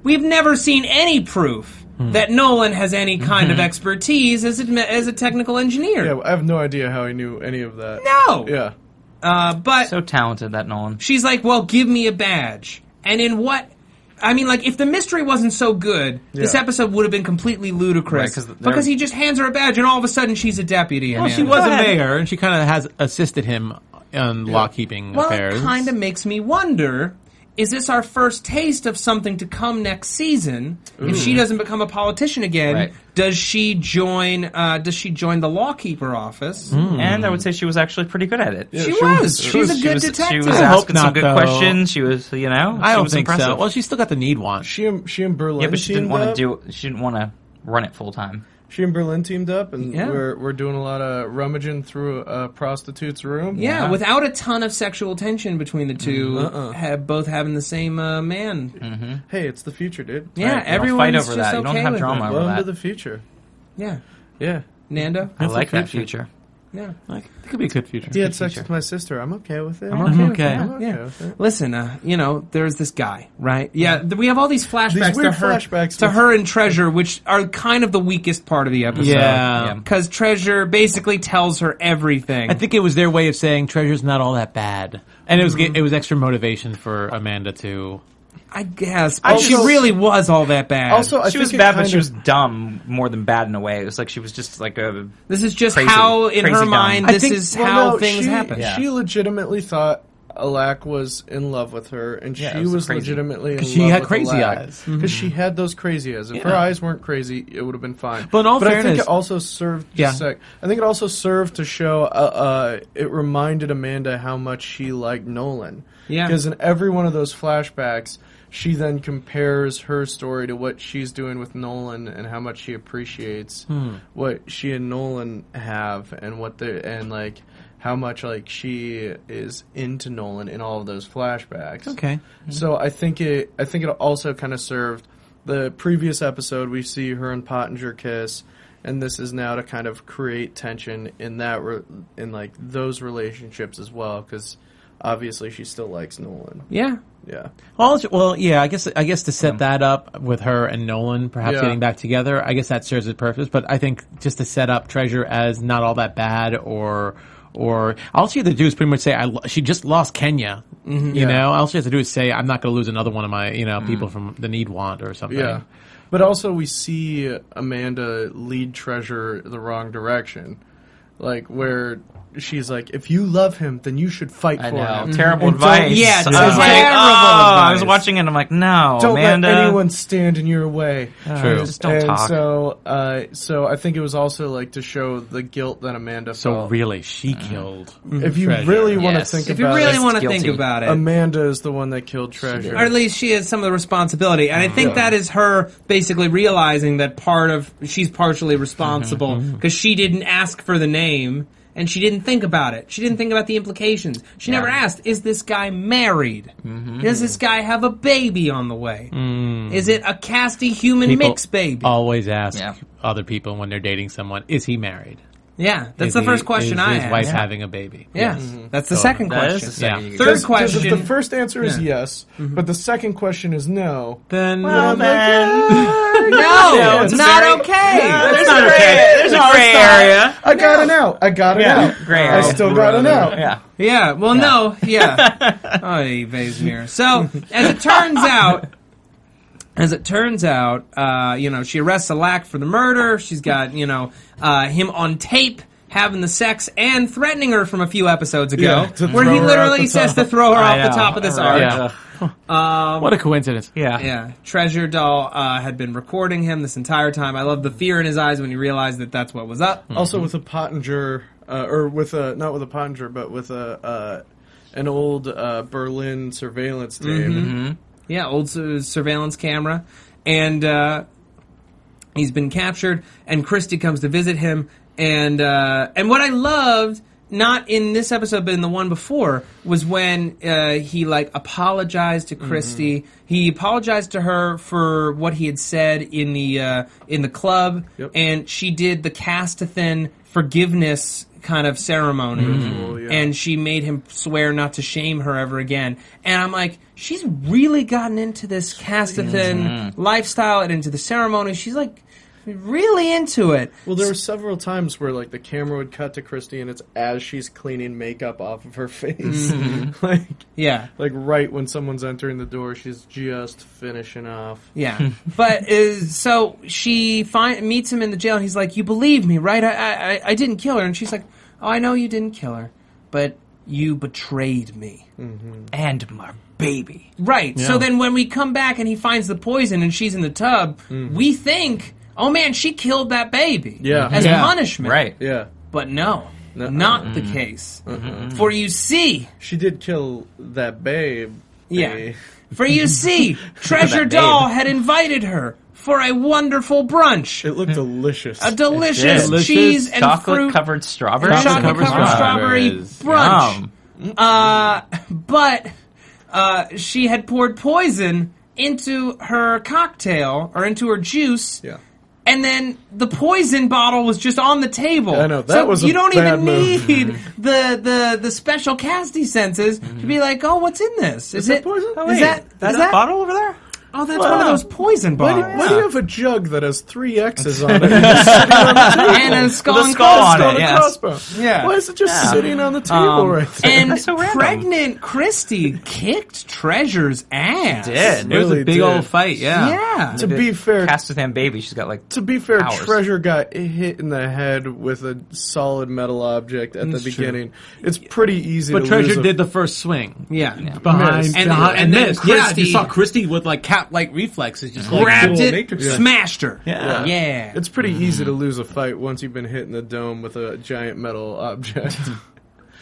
Speaker 8: We've never seen any proof that Nolan has any kind of expertise as a, as a technical engineer.
Speaker 5: Yeah, I have no idea how he knew any of that.
Speaker 8: No.
Speaker 5: Yeah.
Speaker 8: Uh, but
Speaker 6: so talented that Nolan.
Speaker 8: she's like, "Well, give me a badge." And in what? I mean, like, if the mystery wasn't so good, this
Speaker 5: Yeah.
Speaker 8: episode would have been completely ludicrous
Speaker 6: 'cause they're-
Speaker 8: because he just hands her a badge, and all of a sudden she's a deputy.
Speaker 7: Well, she
Speaker 8: Amanda.
Speaker 7: was a mayor, and she kind of has assisted him on law keeping
Speaker 8: Well,
Speaker 7: affairs.
Speaker 8: it kind of makes me wonder. Is this our first taste of something to come next season? If she doesn't become a politician again,
Speaker 6: Mm. Right.
Speaker 8: does she join? Uh, does she join the lawkeeper office?
Speaker 6: And I would say she was actually pretty good at it.
Speaker 8: She,
Speaker 5: she
Speaker 8: was.
Speaker 5: was-
Speaker 8: She's
Speaker 5: she was-
Speaker 8: a
Speaker 5: she
Speaker 8: good
Speaker 5: was- she
Speaker 8: detective.
Speaker 6: Mm. She was
Speaker 7: I hope
Speaker 6: asking some
Speaker 7: not,
Speaker 6: good
Speaker 7: though.
Speaker 6: questions. She was, you know,
Speaker 7: I
Speaker 6: she
Speaker 7: don't
Speaker 6: was
Speaker 7: think so.
Speaker 6: impressive.
Speaker 7: Well, she's still got the need want.
Speaker 5: She and she and Berlin.
Speaker 6: yeah, but she didn't
Speaker 5: teamed
Speaker 6: want
Speaker 5: up.
Speaker 6: to do. She didn't want to run it full time.
Speaker 5: She and Berlin teamed up, and
Speaker 8: Yeah.
Speaker 5: we're we're doing a lot of rummaging through a prostitute's room.
Speaker 8: yeah, without a ton of sexual tension between the 2
Speaker 6: Mm, uh-uh.
Speaker 8: ha- both having the same uh, man.
Speaker 5: Hey, it's the future, dude.
Speaker 8: Yeah,
Speaker 6: Right, you don't
Speaker 8: everyone's
Speaker 6: fight over
Speaker 8: just
Speaker 6: that.
Speaker 8: okay
Speaker 6: You don't have
Speaker 8: with
Speaker 6: drama.
Speaker 8: it.
Speaker 6: over
Speaker 5: Welcome to
Speaker 6: that.
Speaker 5: the future.
Speaker 8: Yeah,
Speaker 5: Yeah.
Speaker 8: Nando.
Speaker 6: I like that future.
Speaker 8: Yeah.
Speaker 7: Like, it could be a good future.
Speaker 5: He had sex with my sister. I'm okay with it.
Speaker 7: I'm okay.
Speaker 5: I'm okay
Speaker 8: Yeah.
Speaker 5: with it.
Speaker 8: Listen, uh, you know, there's this guy, right? Yeah, th- we have all these flashbacks
Speaker 5: These weird
Speaker 8: to her
Speaker 5: flashbacks
Speaker 8: to
Speaker 5: with-
Speaker 8: her and Treasure, which are kind of the weakest part of the episode.
Speaker 7: Yeah. Yeah.
Speaker 8: Cuz Treasure basically tells her everything.
Speaker 7: I think it was their way of saying treasure's not all that bad, and it was it was extra motivation for Amanda to.
Speaker 8: I guess, but she
Speaker 5: also-
Speaker 8: really was all that bad.
Speaker 5: Also, I
Speaker 6: She was
Speaker 5: think it
Speaker 6: bad,
Speaker 5: kind
Speaker 6: but she
Speaker 5: of-
Speaker 6: was dumb more than bad in a way. It was like she was just like a.
Speaker 8: this is just
Speaker 6: Crazy-
Speaker 8: how in
Speaker 6: crazy
Speaker 8: her
Speaker 6: dumb.
Speaker 8: mind
Speaker 6: I
Speaker 8: this
Speaker 5: think-
Speaker 8: is
Speaker 5: well,
Speaker 8: how
Speaker 5: no,
Speaker 8: things
Speaker 5: she,
Speaker 8: happen.
Speaker 5: She legitimately thought Alac was in love with her, and
Speaker 6: Yeah,
Speaker 5: she
Speaker 6: it was
Speaker 5: was,
Speaker 6: crazy.
Speaker 5: legitimately in
Speaker 7: 'Cause she
Speaker 5: love
Speaker 7: had
Speaker 5: with
Speaker 7: crazy
Speaker 5: Alac.
Speaker 7: eyes. Mm-hmm.
Speaker 5: she had those crazy eyes. If her eyes weren't crazy, it would have been fine.
Speaker 7: But in all
Speaker 5: I think
Speaker 7: fairness-
Speaker 5: it also served. Just
Speaker 7: Yeah.
Speaker 5: a sec, I think it also served to show. Uh, uh, it reminded Amanda how much she liked Nolan.
Speaker 8: Yeah.
Speaker 5: because in every one of those flashbacks. She then compares her story to what she's doing with Nolan and how much she appreciates what she and Nolan have and what the and like how much like she is into Nolan in all of those flashbacks.
Speaker 7: Okay.
Speaker 5: So I think it I think it also kind of served the previous episode we see her and Pottinger kiss and this is now to kind of create tension in that re- in like those relationships as well because obviously she still likes Nolan.
Speaker 8: Yeah.
Speaker 5: Yeah.
Speaker 7: Well, well, yeah. I guess I guess to set that up with her and Nolan perhaps
Speaker 5: Yeah.
Speaker 7: getting back together. I guess that serves its purpose. But I think just to set up Treasure as not all that bad, or or all she had to do is pretty much say, "I lo- she just lost Kenya." You know, all she has to do is say, "I'm not going to lose another one of my you know people from the need want or something."
Speaker 5: Yeah. But also, we see Amanda lead Treasure the wrong direction. Like, where she's like, if you love him, then you should fight
Speaker 6: I
Speaker 5: for
Speaker 6: know.
Speaker 7: mm.
Speaker 5: him.
Speaker 6: Terrible
Speaker 5: And don't-
Speaker 6: advice.
Speaker 5: Yeah,
Speaker 6: I was
Speaker 5: terrible
Speaker 6: like, oh, I was
Speaker 5: advice.
Speaker 6: watching it. and I'm like, no,
Speaker 5: Don't
Speaker 6: Oh, Amanda. Uh,
Speaker 5: let anyone stand in your way.
Speaker 7: True.
Speaker 6: Just don't
Speaker 5: and
Speaker 6: talk.
Speaker 5: So, uh, so I think it was also like to show the guilt that Amanda
Speaker 7: So
Speaker 5: felt.
Speaker 7: really, she killed.
Speaker 5: if you
Speaker 7: Treasure.
Speaker 5: really want to
Speaker 6: Yes.
Speaker 5: think
Speaker 8: If you
Speaker 5: about
Speaker 8: really
Speaker 5: it,
Speaker 8: want to
Speaker 6: guilty.
Speaker 8: think about it,
Speaker 5: Amanda is the one that killed Treasure.
Speaker 8: or at least she has some of the responsibility. And I think that is her basically realizing that part of she's partially responsible
Speaker 7: Mm-hmm.
Speaker 8: because she didn't ask for the name and she didn't think about it. She didn't think about the implications. She never asked, "Is this guy married?
Speaker 7: Mm-hmm.
Speaker 8: Does this guy have a baby on the way? Is it a casty human
Speaker 7: Mm. People
Speaker 8: mix baby?"
Speaker 7: Always ask
Speaker 6: Yeah.
Speaker 7: other people when they're dating someone, "Is he married?"
Speaker 8: yeah, that's
Speaker 7: Is
Speaker 8: the
Speaker 7: he-
Speaker 8: first question
Speaker 7: is
Speaker 8: I
Speaker 7: his
Speaker 8: asked.
Speaker 7: wife
Speaker 8: yeah,
Speaker 7: having a baby.
Speaker 8: that's the second
Speaker 6: That is
Speaker 8: question.
Speaker 6: the second
Speaker 7: Yeah.
Speaker 6: you-
Speaker 8: Third
Speaker 5: Because if
Speaker 8: question.
Speaker 5: the first answer is yes, but the second question is no.
Speaker 7: Then
Speaker 5: I'm like,
Speaker 8: no, it's not okay.
Speaker 6: There's a gray, there's a gray area.
Speaker 5: I got an out. I got an out.
Speaker 6: Gray
Speaker 5: I
Speaker 6: area.
Speaker 5: still got an out.
Speaker 6: Yeah.
Speaker 8: Yeah. Well, no. Yeah. Ay, Vesemir. So, as it turns out, as it turns out, uh, you know, she arrests Alak for the murder. She's got, you know, uh, him on tape having the sex and threatening her from a few episodes
Speaker 5: Yeah,
Speaker 8: ago,
Speaker 5: to
Speaker 8: where
Speaker 5: throw
Speaker 8: he
Speaker 5: her out
Speaker 8: literally
Speaker 5: the
Speaker 8: says
Speaker 5: top.
Speaker 8: to throw her
Speaker 6: I
Speaker 8: off the
Speaker 6: know.
Speaker 8: top of this arch.
Speaker 6: Right.
Speaker 7: Yeah. uh, what a coincidence.
Speaker 6: Yeah.
Speaker 8: Yeah, Treasure Doll uh, had been recording him this entire time. I love the fear in his eyes when he realized that that's what was up.
Speaker 5: Also with a Pottinger, uh, or with a not with a Pottinger, but with a uh, an old uh, Berlin surveillance tape.
Speaker 8: Yeah, old su- surveillance camera, and uh, he's been captured. And Christy comes to visit him, and uh, and what I loved. Not in this episode, but in the one before, was when uh, he like apologized to Christy. He apologized to her for what he had said in the uh, in the club,
Speaker 5: Yep.
Speaker 8: and she did the Castathin forgiveness kind of ceremony,
Speaker 5: Ritual, yeah.
Speaker 8: and she made him swear not to shame her ever again. And I'm like, she's really gotten into this Castathin lifestyle and into the ceremony. She's like really into it.
Speaker 5: Well, there were several times where like the camera would cut to Christy, and it's as she's cleaning makeup off of her face, like
Speaker 8: Yeah.
Speaker 5: like right when someone's entering the door, she's just finishing off.
Speaker 8: Yeah, but uh, so she find, meets him in the jail, and he's like, "You believe me, right? I, I, I- I didn't kill her." And she's like, "Oh, I know you didn't kill her, but you betrayed me."
Speaker 6: And my baby.
Speaker 8: Right. So then when we come back and he finds the poison and she's in the tub, we think, "Oh man, she killed that baby."
Speaker 5: Yeah.
Speaker 8: As
Speaker 7: Yeah.
Speaker 8: punishment.
Speaker 6: Right.
Speaker 5: Yeah,
Speaker 8: But no, not the case. For you see,
Speaker 5: she did kill that babe.
Speaker 8: yeah.
Speaker 5: Hey.
Speaker 8: For you see, Treasure
Speaker 6: babe.
Speaker 8: Doll had invited her for a wonderful brunch.
Speaker 5: It looked delicious.
Speaker 8: a delicious
Speaker 6: Delicious
Speaker 8: cheese and
Speaker 6: Chocolate
Speaker 8: fruit
Speaker 6: covered strawberry.
Speaker 8: chocolate covered strawberry
Speaker 7: strawberries.
Speaker 8: brunch. Uh, but uh, she had poured poison into her cocktail or into her juice.
Speaker 5: yeah.
Speaker 8: And then the poison bottle was just on the table.
Speaker 5: I know, that
Speaker 8: so
Speaker 5: was a
Speaker 8: you don't
Speaker 5: bad Mm-hmm.
Speaker 8: even
Speaker 5: move.
Speaker 8: need the, the the special casty senses
Speaker 6: Mm-hmm.
Speaker 8: to be like, oh, what's in this? Is,
Speaker 5: that
Speaker 8: it
Speaker 5: poison? Oh,
Speaker 8: Is
Speaker 5: wait,
Speaker 8: that
Speaker 6: That,
Speaker 8: is that
Speaker 6: bottle over there?
Speaker 8: Oh, that's one of those poison
Speaker 5: Why
Speaker 8: bottles.
Speaker 5: do, why do you have a jug that has three X's on it?
Speaker 8: and a skull
Speaker 6: With a
Speaker 8: and
Speaker 6: skull on
Speaker 8: crossbones.
Speaker 6: it,
Speaker 5: on a
Speaker 6: yes.
Speaker 5: crossbow?
Speaker 8: Yeah.
Speaker 5: Why is it just sitting on the table
Speaker 7: Um,
Speaker 5: right there?
Speaker 8: And
Speaker 6: so random.
Speaker 8: pregnant Christy kicked Treasure's ass.
Speaker 6: Did.
Speaker 7: It was
Speaker 5: Really
Speaker 7: a big
Speaker 5: did.
Speaker 7: old fight. Yeah.
Speaker 8: Yeah.
Speaker 5: to be fair,
Speaker 6: Castathan baby. She's got like.
Speaker 5: to be fair,
Speaker 6: Hours.
Speaker 5: Treasure got hit in the head with a solid metal object at the beginning. It's pretty easy.
Speaker 7: But
Speaker 5: to lose
Speaker 7: Treasure
Speaker 5: a-
Speaker 7: did the first swing.
Speaker 8: Yeah.
Speaker 7: Behind,
Speaker 5: Missed.
Speaker 7: and,
Speaker 8: behind-
Speaker 7: and then
Speaker 8: missed.
Speaker 7: Christy,
Speaker 8: Yeah, you
Speaker 7: you
Speaker 8: saw
Speaker 7: saw Christy with like cat-like reflexes, just
Speaker 8: Grabbed it,
Speaker 5: Yeah.
Speaker 8: smashed her.
Speaker 5: Yeah.
Speaker 8: Yeah.
Speaker 5: It's pretty
Speaker 7: Mm-hmm.
Speaker 5: easy to lose a fight once you've been hit in the dome with a giant metal object.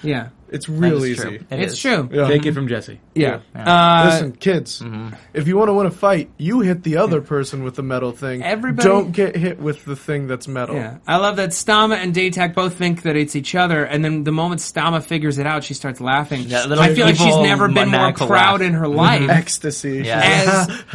Speaker 8: Yeah.
Speaker 5: It's real
Speaker 6: is true.
Speaker 5: easy.
Speaker 6: It
Speaker 8: It's
Speaker 6: is.
Speaker 8: true.
Speaker 5: Yeah.
Speaker 7: Take it from Jesse.
Speaker 8: Yeah. Uh,
Speaker 6: Uh,
Speaker 5: Listen, kids,
Speaker 6: Mm-hmm.
Speaker 5: if you want to win a fight, you hit the other person with the metal thing.
Speaker 8: Everybody-
Speaker 5: Don't get hit with the thing that's metal.
Speaker 8: Yeah, I love that Stama and Daytech both think that it's each other, and then the moment Stama figures it out, she starts laughing.
Speaker 6: That little
Speaker 8: I feel like she's
Speaker 6: evil
Speaker 8: never been more
Speaker 6: maniacal laugh.
Speaker 8: proud
Speaker 6: Mm-hmm.
Speaker 8: in her life.
Speaker 5: Mm-hmm. Ecstasy.
Speaker 6: Yeah.
Speaker 8: As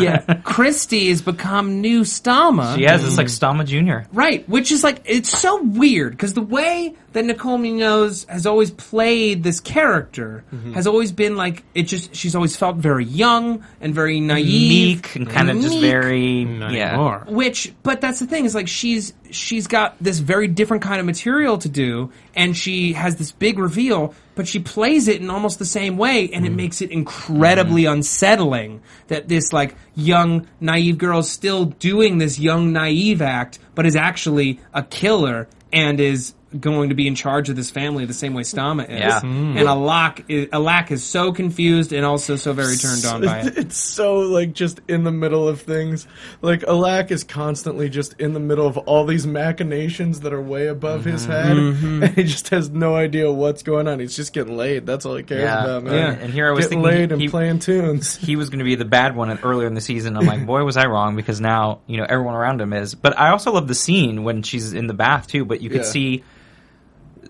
Speaker 8: yeah, Christy has become new Stama.
Speaker 6: She has. It's like Stama Junior.
Speaker 8: Right, which is like it's so weird because the way that Nicole Munoz has always played this character has always been like it just she's always felt very young and very naive,
Speaker 6: Meek and kind of just
Speaker 8: meek,
Speaker 6: very yeah.
Speaker 7: Anymore.
Speaker 8: Which, but that's the thing is like she's she's got this very different kind of material to do, and she has this big reveal, but she plays it in almost the same way, and it makes it incredibly unsettling that this like young naive girl's still doing this young naive act, but is actually a killer and is going to be in charge of this family the same way Stama is.
Speaker 6: Yeah.
Speaker 8: And Alak is, Alak is so confused and also so very turned on by it.
Speaker 5: It's so like just in the middle of things. Like Alak is constantly just in the middle of all these machinations that are way above his
Speaker 6: Mm-hmm.
Speaker 5: head, and he just has no idea what's going on. He's just getting laid. That's all he cares
Speaker 6: Yeah.
Speaker 5: about, man.
Speaker 6: Yeah. And here I was
Speaker 5: getting
Speaker 6: thinking
Speaker 5: laid and
Speaker 6: he-
Speaker 5: playing tunes.
Speaker 6: he was going to be the bad one at- earlier in the season. I'm like, boy, was I wrong because now you know everyone around him is. But I also love the scene when she's in the bath too. But you could
Speaker 5: Yeah.
Speaker 6: see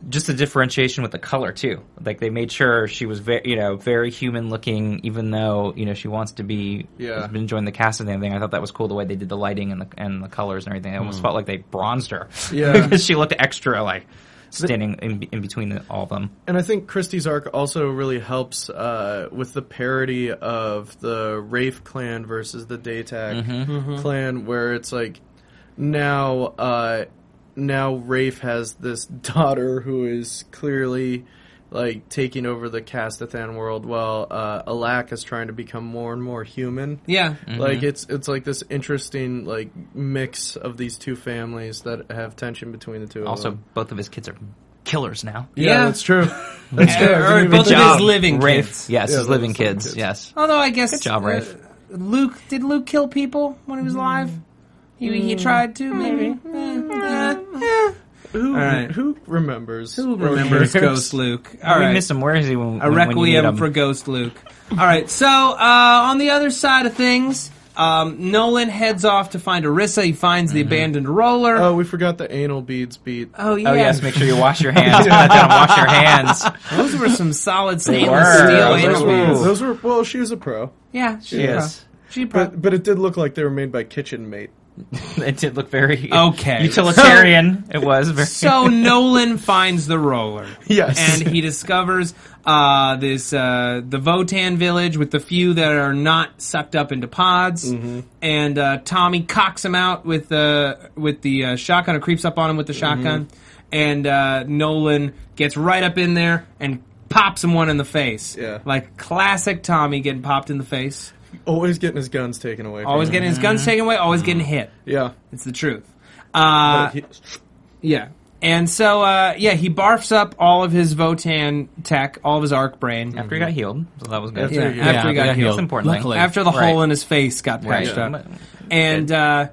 Speaker 6: just the differentiation with the color too. Like they made sure she was very you know very human looking, even though you know she wants to be.
Speaker 5: Yeah.
Speaker 6: has been enjoying the cast and everything. I thought that was cool the way they did the lighting and the and the colors and everything. I almost felt like they bronzed her.
Speaker 5: Yeah.
Speaker 6: because she looked extra like standing in, in between the, all of them.
Speaker 5: And I think Christie's arc also really helps uh, with the parody of the Rafe clan versus the Daytag clan, where it's like now, uh, now Rafe has this daughter who is clearly like taking over the Castathan world, while uh, Alak is trying to become more and more human.
Speaker 8: Yeah.
Speaker 5: Like it's it's like this interesting like mix of these two families that have tension between the two. of
Speaker 6: Also,
Speaker 5: them.
Speaker 6: both of his kids are killers now.
Speaker 5: yeah,
Speaker 8: Yeah.
Speaker 5: that's true. That's true. I didn't
Speaker 8: Or
Speaker 5: even
Speaker 8: both
Speaker 5: think
Speaker 8: of
Speaker 5: about
Speaker 8: his
Speaker 5: that.
Speaker 8: living
Speaker 6: Rafe,
Speaker 8: kids. Oh,
Speaker 6: yes,
Speaker 5: Yeah,
Speaker 6: his
Speaker 5: those
Speaker 6: living
Speaker 5: are
Speaker 6: kids,
Speaker 5: kids.
Speaker 6: yes.
Speaker 8: Although I guess
Speaker 6: Good job, Rafe.
Speaker 8: uh, Luke did Luke kill people when he was alive? He, he tried to maybe. Uh,
Speaker 5: Who,
Speaker 8: right.
Speaker 5: who remembers?
Speaker 8: Who remembers
Speaker 5: Or cares?
Speaker 8: Ghost Luke? All right,
Speaker 6: We miss him. Where is he? When,
Speaker 8: a
Speaker 6: when- when you need
Speaker 8: requiem
Speaker 6: him?
Speaker 8: for Ghost Luke. All right, so uh, on the other side of things, um, Nolan heads off to find Arissa. He finds the abandoned roller.
Speaker 5: Oh, we forgot the anal beads beat.
Speaker 8: Oh, yeah,
Speaker 6: Mm-hmm. Oh yes, make sure you wash your hands. Put that down. and Wash your hands.
Speaker 8: those were some solid
Speaker 6: were.
Speaker 8: stainless steel
Speaker 6: Those
Speaker 5: those,
Speaker 8: anal
Speaker 6: were-
Speaker 5: were,
Speaker 8: beads.
Speaker 5: those were well. She was a pro,
Speaker 8: Yeah, she
Speaker 6: Yes.
Speaker 8: pro- She pro-
Speaker 5: but but it did look like they were made by Kitchen Mate.
Speaker 6: It did look very
Speaker 8: Okay.
Speaker 6: utilitarian. it was very.
Speaker 8: So Nolan finds the roller.
Speaker 5: Yes.
Speaker 8: And he discovers uh, this uh, the Votan village with the few that are not sucked up into pods.
Speaker 5: Mm-hmm.
Speaker 8: And uh, Tommy cocks him out with the with the uh, shotgun or creeps up on him with the
Speaker 5: Mm-hmm.
Speaker 8: shotgun. And uh, Nolan gets right up in there and pops him one in the face.
Speaker 5: Yeah.
Speaker 8: Like classic Tommy getting popped in the face.
Speaker 5: Always getting his guns taken away. From
Speaker 8: Always
Speaker 5: him.
Speaker 8: getting his guns taken away, always getting hit.
Speaker 5: yeah.
Speaker 8: It's the truth. Uh,
Speaker 5: He-
Speaker 8: yeah. And so, uh, yeah, he barfs up all of his Votan tech, all of his arc brain.
Speaker 6: After he got healed, so that was good.
Speaker 8: yeah, after he got healed.
Speaker 6: That's important.
Speaker 7: Luckily.
Speaker 8: After the
Speaker 6: Right.
Speaker 8: hole in his face got
Speaker 6: Right.
Speaker 8: patched
Speaker 6: Yeah.
Speaker 8: up. And uh,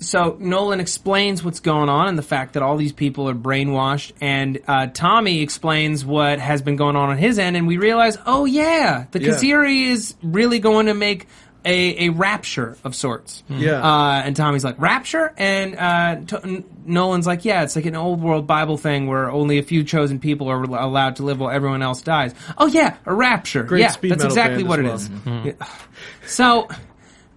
Speaker 8: so Nolan explains what's going on and the fact that all these people are brainwashed. And uh, Tommy explains what has been going on on his end. And we realize, oh, yeah, the
Speaker 5: Yeah.
Speaker 8: Kaziri is really going to make a, a rapture of sorts.
Speaker 5: Yeah.
Speaker 8: Uh, and Tommy's like, Rapture? And uh, to- N- Nolan's like, yeah, it's like an old world Bible thing where only a few chosen people are al- allowed to live while everyone else dies. Oh, yeah, a rapture.
Speaker 5: Great
Speaker 8: yeah,
Speaker 5: speed
Speaker 8: that's
Speaker 5: metal
Speaker 8: exactly
Speaker 5: band
Speaker 8: what it
Speaker 5: as Mm-hmm.
Speaker 8: is. Yeah. So.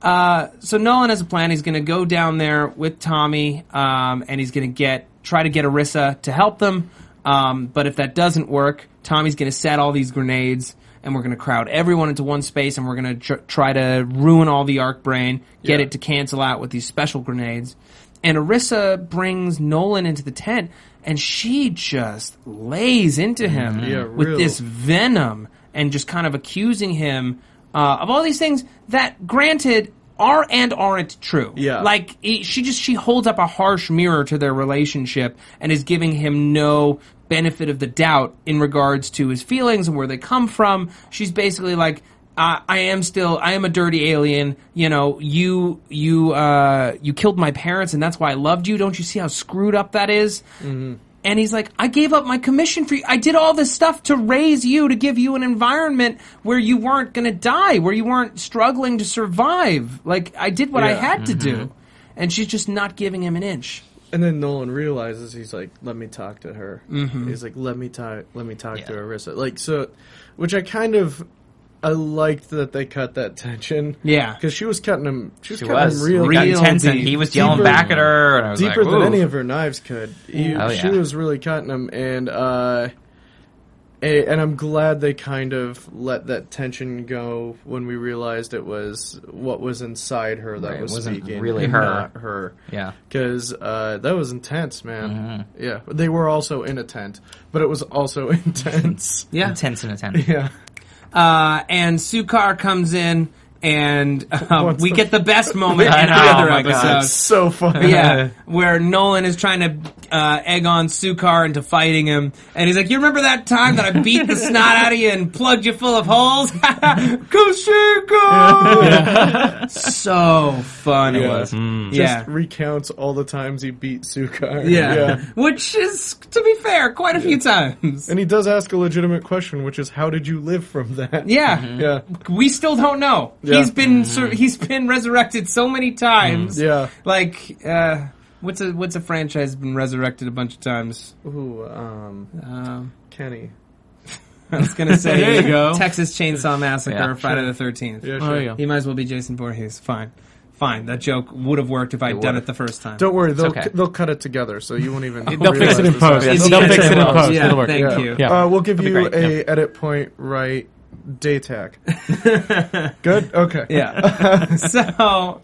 Speaker 8: Uh, so Nolan has a plan. He's going to go down there with Tommy, um, and he's going to get try to get Arissa to help them. Um, but if that doesn't work, Tommy's going to set all these grenades, and we're going to crowd everyone into one space, and we're going to tr- try to ruin all the Arc Brain, get
Speaker 5: Yeah.
Speaker 8: it to cancel out with these special grenades. And Arissa brings Nolan into the tent, and she just lays into him
Speaker 5: Mm-hmm. Yeah,
Speaker 8: with
Speaker 5: real.
Speaker 8: this venom and just kind of accusing him uh, of all these things that, granted, are and aren't true.
Speaker 5: Yeah.
Speaker 8: Like he, she just she holds up a harsh mirror to their relationship and is giving him no benefit of the doubt in regards to his feelings and where they come from. She's basically like. I I am still. I am a dirty alien. You know, you you uh, you killed my parents, and that's why I loved you. Don't you see how screwed up that is? And he's like, I gave up my commission for you. I did all this stuff to raise you, to give you an environment where you weren't going to die, where you weren't struggling to survive. Like, I did what I
Speaker 5: Yeah.
Speaker 8: had to do. And she's just not giving him an inch.
Speaker 5: And then Nolan realizes he's like, "Let me talk to her."
Speaker 8: Mm-hmm.
Speaker 5: He's like, "Let me talk. Let me talk to
Speaker 6: Yeah.
Speaker 5: Arissa." Like so, which I kind of, I liked that they cut that tension.
Speaker 8: Yeah.
Speaker 5: because she was cutting him. She was
Speaker 6: She
Speaker 5: cutting
Speaker 6: was.
Speaker 5: him real
Speaker 6: we got
Speaker 5: deep.
Speaker 6: intense, and
Speaker 8: deep.
Speaker 6: he was yelling
Speaker 5: Deeper-
Speaker 6: back at her, and I was
Speaker 5: deeper
Speaker 6: like,
Speaker 5: than
Speaker 6: "Ooh."
Speaker 5: any of her knives could. You-
Speaker 6: Oh,
Speaker 5: She
Speaker 6: yeah.
Speaker 5: was really cutting them, and uh, a, and I'm glad they kind of let that tension go when we realized it was what was inside her that
Speaker 6: Right, it
Speaker 5: was
Speaker 6: wasn't
Speaker 5: speaking,
Speaker 6: really
Speaker 5: and
Speaker 6: her.
Speaker 5: not her.
Speaker 6: Yeah. Mm-hmm.
Speaker 5: because uh, that was intense, man. Yeah, But they were also in a tent, but it was also intense.
Speaker 8: Yeah.
Speaker 6: Intense and intense.
Speaker 5: yeah,
Speaker 8: Uh, and Sukar comes in, and uh,
Speaker 5: What's
Speaker 8: we
Speaker 5: the-
Speaker 8: get the best moment
Speaker 6: I
Speaker 8: in the
Speaker 6: know,
Speaker 8: other
Speaker 6: oh my God.
Speaker 8: episode.
Speaker 5: it's so funny.
Speaker 8: yeah, where Nolan is trying to uh, egg on Sukar into fighting him, and he's like, "You remember that time that I beat the snot out of you and plugged you full of holes?" Kushiko! So funny.
Speaker 5: It was.
Speaker 8: Yeah.
Speaker 5: Just recounts all the times he beat Sukar.
Speaker 8: yeah. Which is, to be fair, quite a few times.
Speaker 5: And he does ask a legitimate question, which is, "How did you live from that?"
Speaker 8: Yeah.
Speaker 5: Yeah.
Speaker 8: We still don't know.
Speaker 5: Yeah.
Speaker 8: He's been sur- he's been resurrected so many times.
Speaker 5: Mm, Yeah.
Speaker 8: Like uh, what's a what's a franchise been resurrected a bunch of times?
Speaker 5: Ooh, um,
Speaker 8: Um,
Speaker 5: Kenny.
Speaker 8: I was gonna say
Speaker 7: There you go.
Speaker 8: Texas Chainsaw Massacre,
Speaker 6: Yeah,
Speaker 8: Friday the Thirteenth.
Speaker 5: Yeah,
Speaker 7: Oh,
Speaker 5: sure.
Speaker 7: yeah.
Speaker 8: He might as well be Jason Voorhees. Fine, fine. That joke would have worked if i had done
Speaker 6: would've.
Speaker 8: it the first time.
Speaker 5: Don't worry, they'll
Speaker 6: okay.
Speaker 5: they'll cut it together, so you won't even.
Speaker 7: They'll fix it in post.
Speaker 8: Yeah,
Speaker 7: They'll
Speaker 8: it's
Speaker 7: fix it in
Speaker 8: well,
Speaker 7: post.
Speaker 8: yeah,
Speaker 7: It'll work.
Speaker 8: thank
Speaker 5: Yeah.
Speaker 8: you.
Speaker 7: Yeah.
Speaker 5: Uh, we'll give
Speaker 7: That'd
Speaker 5: you
Speaker 7: be
Speaker 5: a
Speaker 7: great, yeah.
Speaker 5: edit point right day tag. Good. Okay.
Speaker 8: Yeah. so,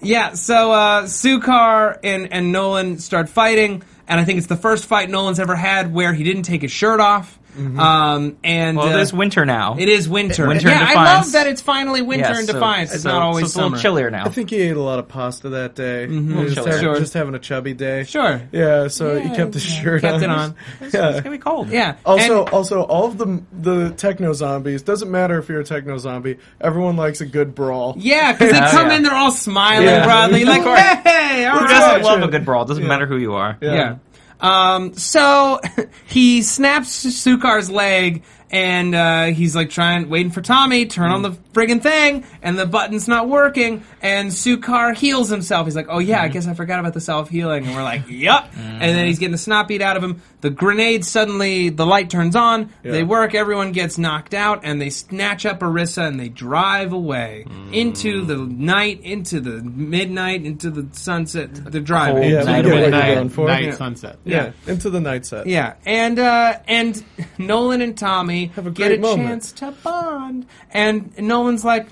Speaker 8: yeah. So uh, Sukar and and Nolan start fighting, and I think it's the first fight Nolan's ever had where he didn't take his shirt off. Um, and
Speaker 6: Mm-hmm. Well,
Speaker 8: uh,
Speaker 6: it is winter now.
Speaker 8: It is winter.
Speaker 6: Winter
Speaker 8: yeah,
Speaker 6: in
Speaker 8: I love
Speaker 6: Defiance.
Speaker 8: that it's finally winter
Speaker 6: Yeah,
Speaker 8: in
Speaker 6: so-
Speaker 8: Defiance. it's
Speaker 6: so-
Speaker 8: not always
Speaker 6: so it's a little
Speaker 8: summer.
Speaker 6: chillier now.
Speaker 5: I think he ate a lot of pasta that day. He was Just,
Speaker 6: Sure.
Speaker 5: having,
Speaker 8: Sure.
Speaker 5: just having a chubby day.
Speaker 8: Sure.
Speaker 5: Yeah. So he
Speaker 8: Yeah,
Speaker 5: kept his
Speaker 8: yeah,
Speaker 5: shirt
Speaker 8: kept it
Speaker 5: on.
Speaker 8: on.
Speaker 5: Yeah.
Speaker 6: It's gonna be cold.
Speaker 8: Yeah.
Speaker 5: Also,
Speaker 8: And-
Speaker 5: also, all of the the techno zombies doesn't matter if you're a techno zombie. Everyone likes a good brawl.
Speaker 8: Yeah, because they
Speaker 6: Oh,
Speaker 8: come
Speaker 6: yeah.
Speaker 8: in, they're all smiling,
Speaker 5: Yeah.
Speaker 8: bro. They're
Speaker 5: Of course.
Speaker 8: like, hey, all
Speaker 5: Who
Speaker 6: Who
Speaker 8: right.
Speaker 6: doesn't love a good brawl? Doesn't matter who you are.
Speaker 8: Yeah. Um, so he snaps Sukar's leg, and uh, he's like trying, waiting for Tommy. Turn on the friggin' thing, and the button's not working. And Sukar heals himself. He's like, "Oh yeah, I guess I forgot about the self healing." And we're like, "Yup." And then he's getting the snot beat out of him. The grenade suddenly, the light turns on. They work. Everyone gets knocked out, and they snatch up Arissa and they drive away into the night, into the midnight, into the sunset. They're driving.
Speaker 5: Yeah, we
Speaker 6: Night
Speaker 5: get what
Speaker 6: away.
Speaker 5: you're
Speaker 7: Night,
Speaker 5: going for.
Speaker 7: night
Speaker 5: Yeah.
Speaker 7: sunset.
Speaker 5: Yeah. into the night set.
Speaker 8: Yeah, and uh, and Nolan and Tommy
Speaker 5: a
Speaker 8: get a
Speaker 5: great moment.
Speaker 8: chance to bond, and Nolan's like,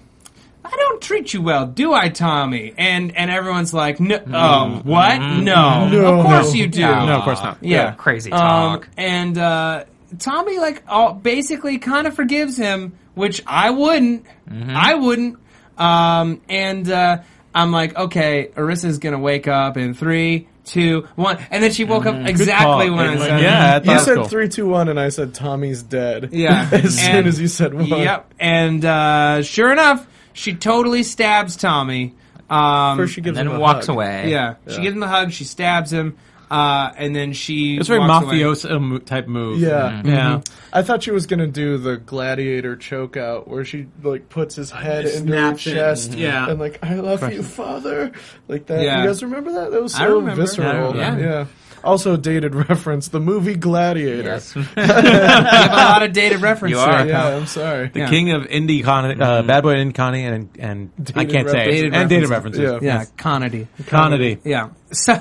Speaker 8: "I don't treat you well, do I, Tommy?" And and everyone's like, "No, oh, what? No, of course you do.
Speaker 7: No, of course not.
Speaker 8: yeah,
Speaker 6: crazy
Speaker 8: Um,
Speaker 6: talk.
Speaker 8: and uh, Tommy like all, basically kind of forgives him, which I wouldn't.
Speaker 7: Mm-hmm.
Speaker 8: I wouldn't. Um, and uh, I'm like, okay, Arissa's gonna wake up in three, two, one, and then she woke up exactly
Speaker 7: call.
Speaker 8: when I
Speaker 7: Mm-hmm. Good
Speaker 8: said,
Speaker 7: one. Yeah, I thought
Speaker 5: You
Speaker 7: it was
Speaker 5: said
Speaker 7: cool.
Speaker 5: three, two, one, and I said Tommy's dead.
Speaker 8: Yeah.
Speaker 5: as soon
Speaker 8: And-
Speaker 5: as you said one.
Speaker 8: Yep. And uh, sure enough, she totally stabs Tommy. Um,
Speaker 5: First she gives
Speaker 6: And
Speaker 5: him
Speaker 6: then
Speaker 5: a
Speaker 6: walks
Speaker 5: hug.
Speaker 6: away.
Speaker 8: yeah, she gives him the hug. She stabs him, uh, and then she.
Speaker 7: It's a very
Speaker 8: walks away.
Speaker 7: mafioso mo- type move.
Speaker 5: Yeah.
Speaker 7: Yeah.
Speaker 5: I thought she was gonna do the gladiator choke out where she like puts his head
Speaker 9: just
Speaker 5: into her
Speaker 9: snaps it.
Speaker 5: chest
Speaker 9: Yeah.
Speaker 5: and like I love you, father. Like that.
Speaker 8: Yeah.
Speaker 5: You guys remember that? That was
Speaker 8: I
Speaker 5: so
Speaker 8: remember.
Speaker 5: visceral.
Speaker 8: Yeah.
Speaker 5: Also dated reference, the movie Gladiator.
Speaker 6: Yes.
Speaker 8: You have a lot of dated references.
Speaker 6: You are.
Speaker 8: there, pal.
Speaker 5: Yeah, I'm sorry.
Speaker 7: The king of indie con, uh, bad boy in Connie and and I
Speaker 5: Dated
Speaker 7: can't say
Speaker 5: references.
Speaker 7: and data references.
Speaker 5: Dated
Speaker 8: Yeah, Conady.
Speaker 7: Conity.
Speaker 8: Yeah. So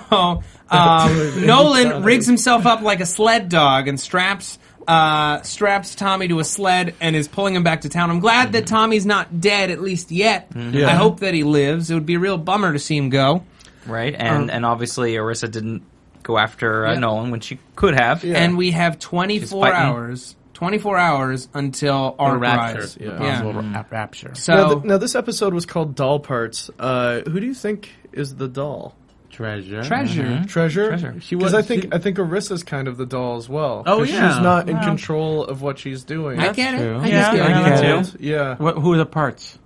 Speaker 8: um, Nolan rigs himself up like a sled dog and straps uh, straps Tommy to a sled and is pulling him back to town. I'm glad that Tommy's not dead at least yet. I hope that he lives. It would be a real bummer to see him go.
Speaker 6: Right. And and obviously Arissa didn't go after uh, Nolan when she could have.
Speaker 5: Yeah.
Speaker 8: and we have 24
Speaker 6: fighting.
Speaker 8: hours 24 hours until our
Speaker 7: rapture,
Speaker 8: rise.
Speaker 7: the
Speaker 8: yeah.
Speaker 7: possible ra- rapture.
Speaker 5: Now,
Speaker 8: so
Speaker 5: th- now this episode was called Doll Parts. Uh, who do you think is the doll?
Speaker 7: Treasure.
Speaker 8: treasure
Speaker 5: Treasure.
Speaker 7: She
Speaker 5: Because
Speaker 7: was-
Speaker 5: I think
Speaker 7: she-
Speaker 5: I think Arissa's kind of the doll as well.
Speaker 7: Oh,
Speaker 5: 'Cause
Speaker 7: yeah.
Speaker 5: she's not in control of what she's doing.
Speaker 8: I get it.
Speaker 7: true.
Speaker 8: I
Speaker 7: Yeah,
Speaker 8: just get
Speaker 6: I
Speaker 8: it.
Speaker 6: get it.
Speaker 5: Yeah.
Speaker 7: What, who are the parts?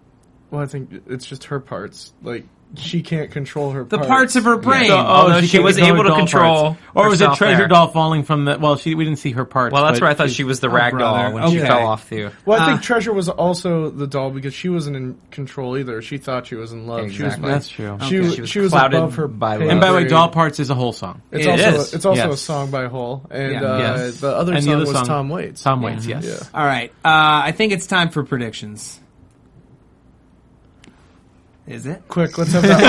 Speaker 5: Well, I think it's just her parts. Like she can't control her
Speaker 8: the parts of her brain.
Speaker 7: So-
Speaker 6: Although she
Speaker 7: can't
Speaker 6: was
Speaker 7: control
Speaker 6: able
Speaker 7: her
Speaker 6: to
Speaker 7: doll
Speaker 6: control
Speaker 7: parts. or was it
Speaker 6: herself
Speaker 7: Treasure
Speaker 6: there.
Speaker 7: Doll falling from the? Well, she we didn't see her parts.
Speaker 6: Well, that's
Speaker 7: but
Speaker 6: where I thought she was the rag doll when she
Speaker 8: Okay.
Speaker 6: fell off too.
Speaker 5: Well, I think Treasure was also the doll because she wasn't in control either. She thought she was in love.
Speaker 6: Exactly.
Speaker 7: That's true.
Speaker 5: She was she,
Speaker 6: Okay. She was
Speaker 5: she was
Speaker 6: clouded
Speaker 5: above her
Speaker 6: by
Speaker 5: pay
Speaker 6: love.
Speaker 7: And by the way,
Speaker 5: grade.
Speaker 7: Doll Parts is a whole song.
Speaker 5: It's
Speaker 6: It
Speaker 5: also
Speaker 6: is.
Speaker 5: it's also a
Speaker 7: Yes.
Speaker 5: song by Hole, and
Speaker 8: Yeah.
Speaker 5: uh,
Speaker 7: Yes.
Speaker 5: the other
Speaker 7: And the
Speaker 5: song
Speaker 7: other
Speaker 5: was
Speaker 7: song-
Speaker 5: Tom Waits.
Speaker 7: Tom Waits, yes.
Speaker 5: Yeah.
Speaker 8: All right. Uh, I think it's time for predictions. Is it?
Speaker 5: Quick, let's have that.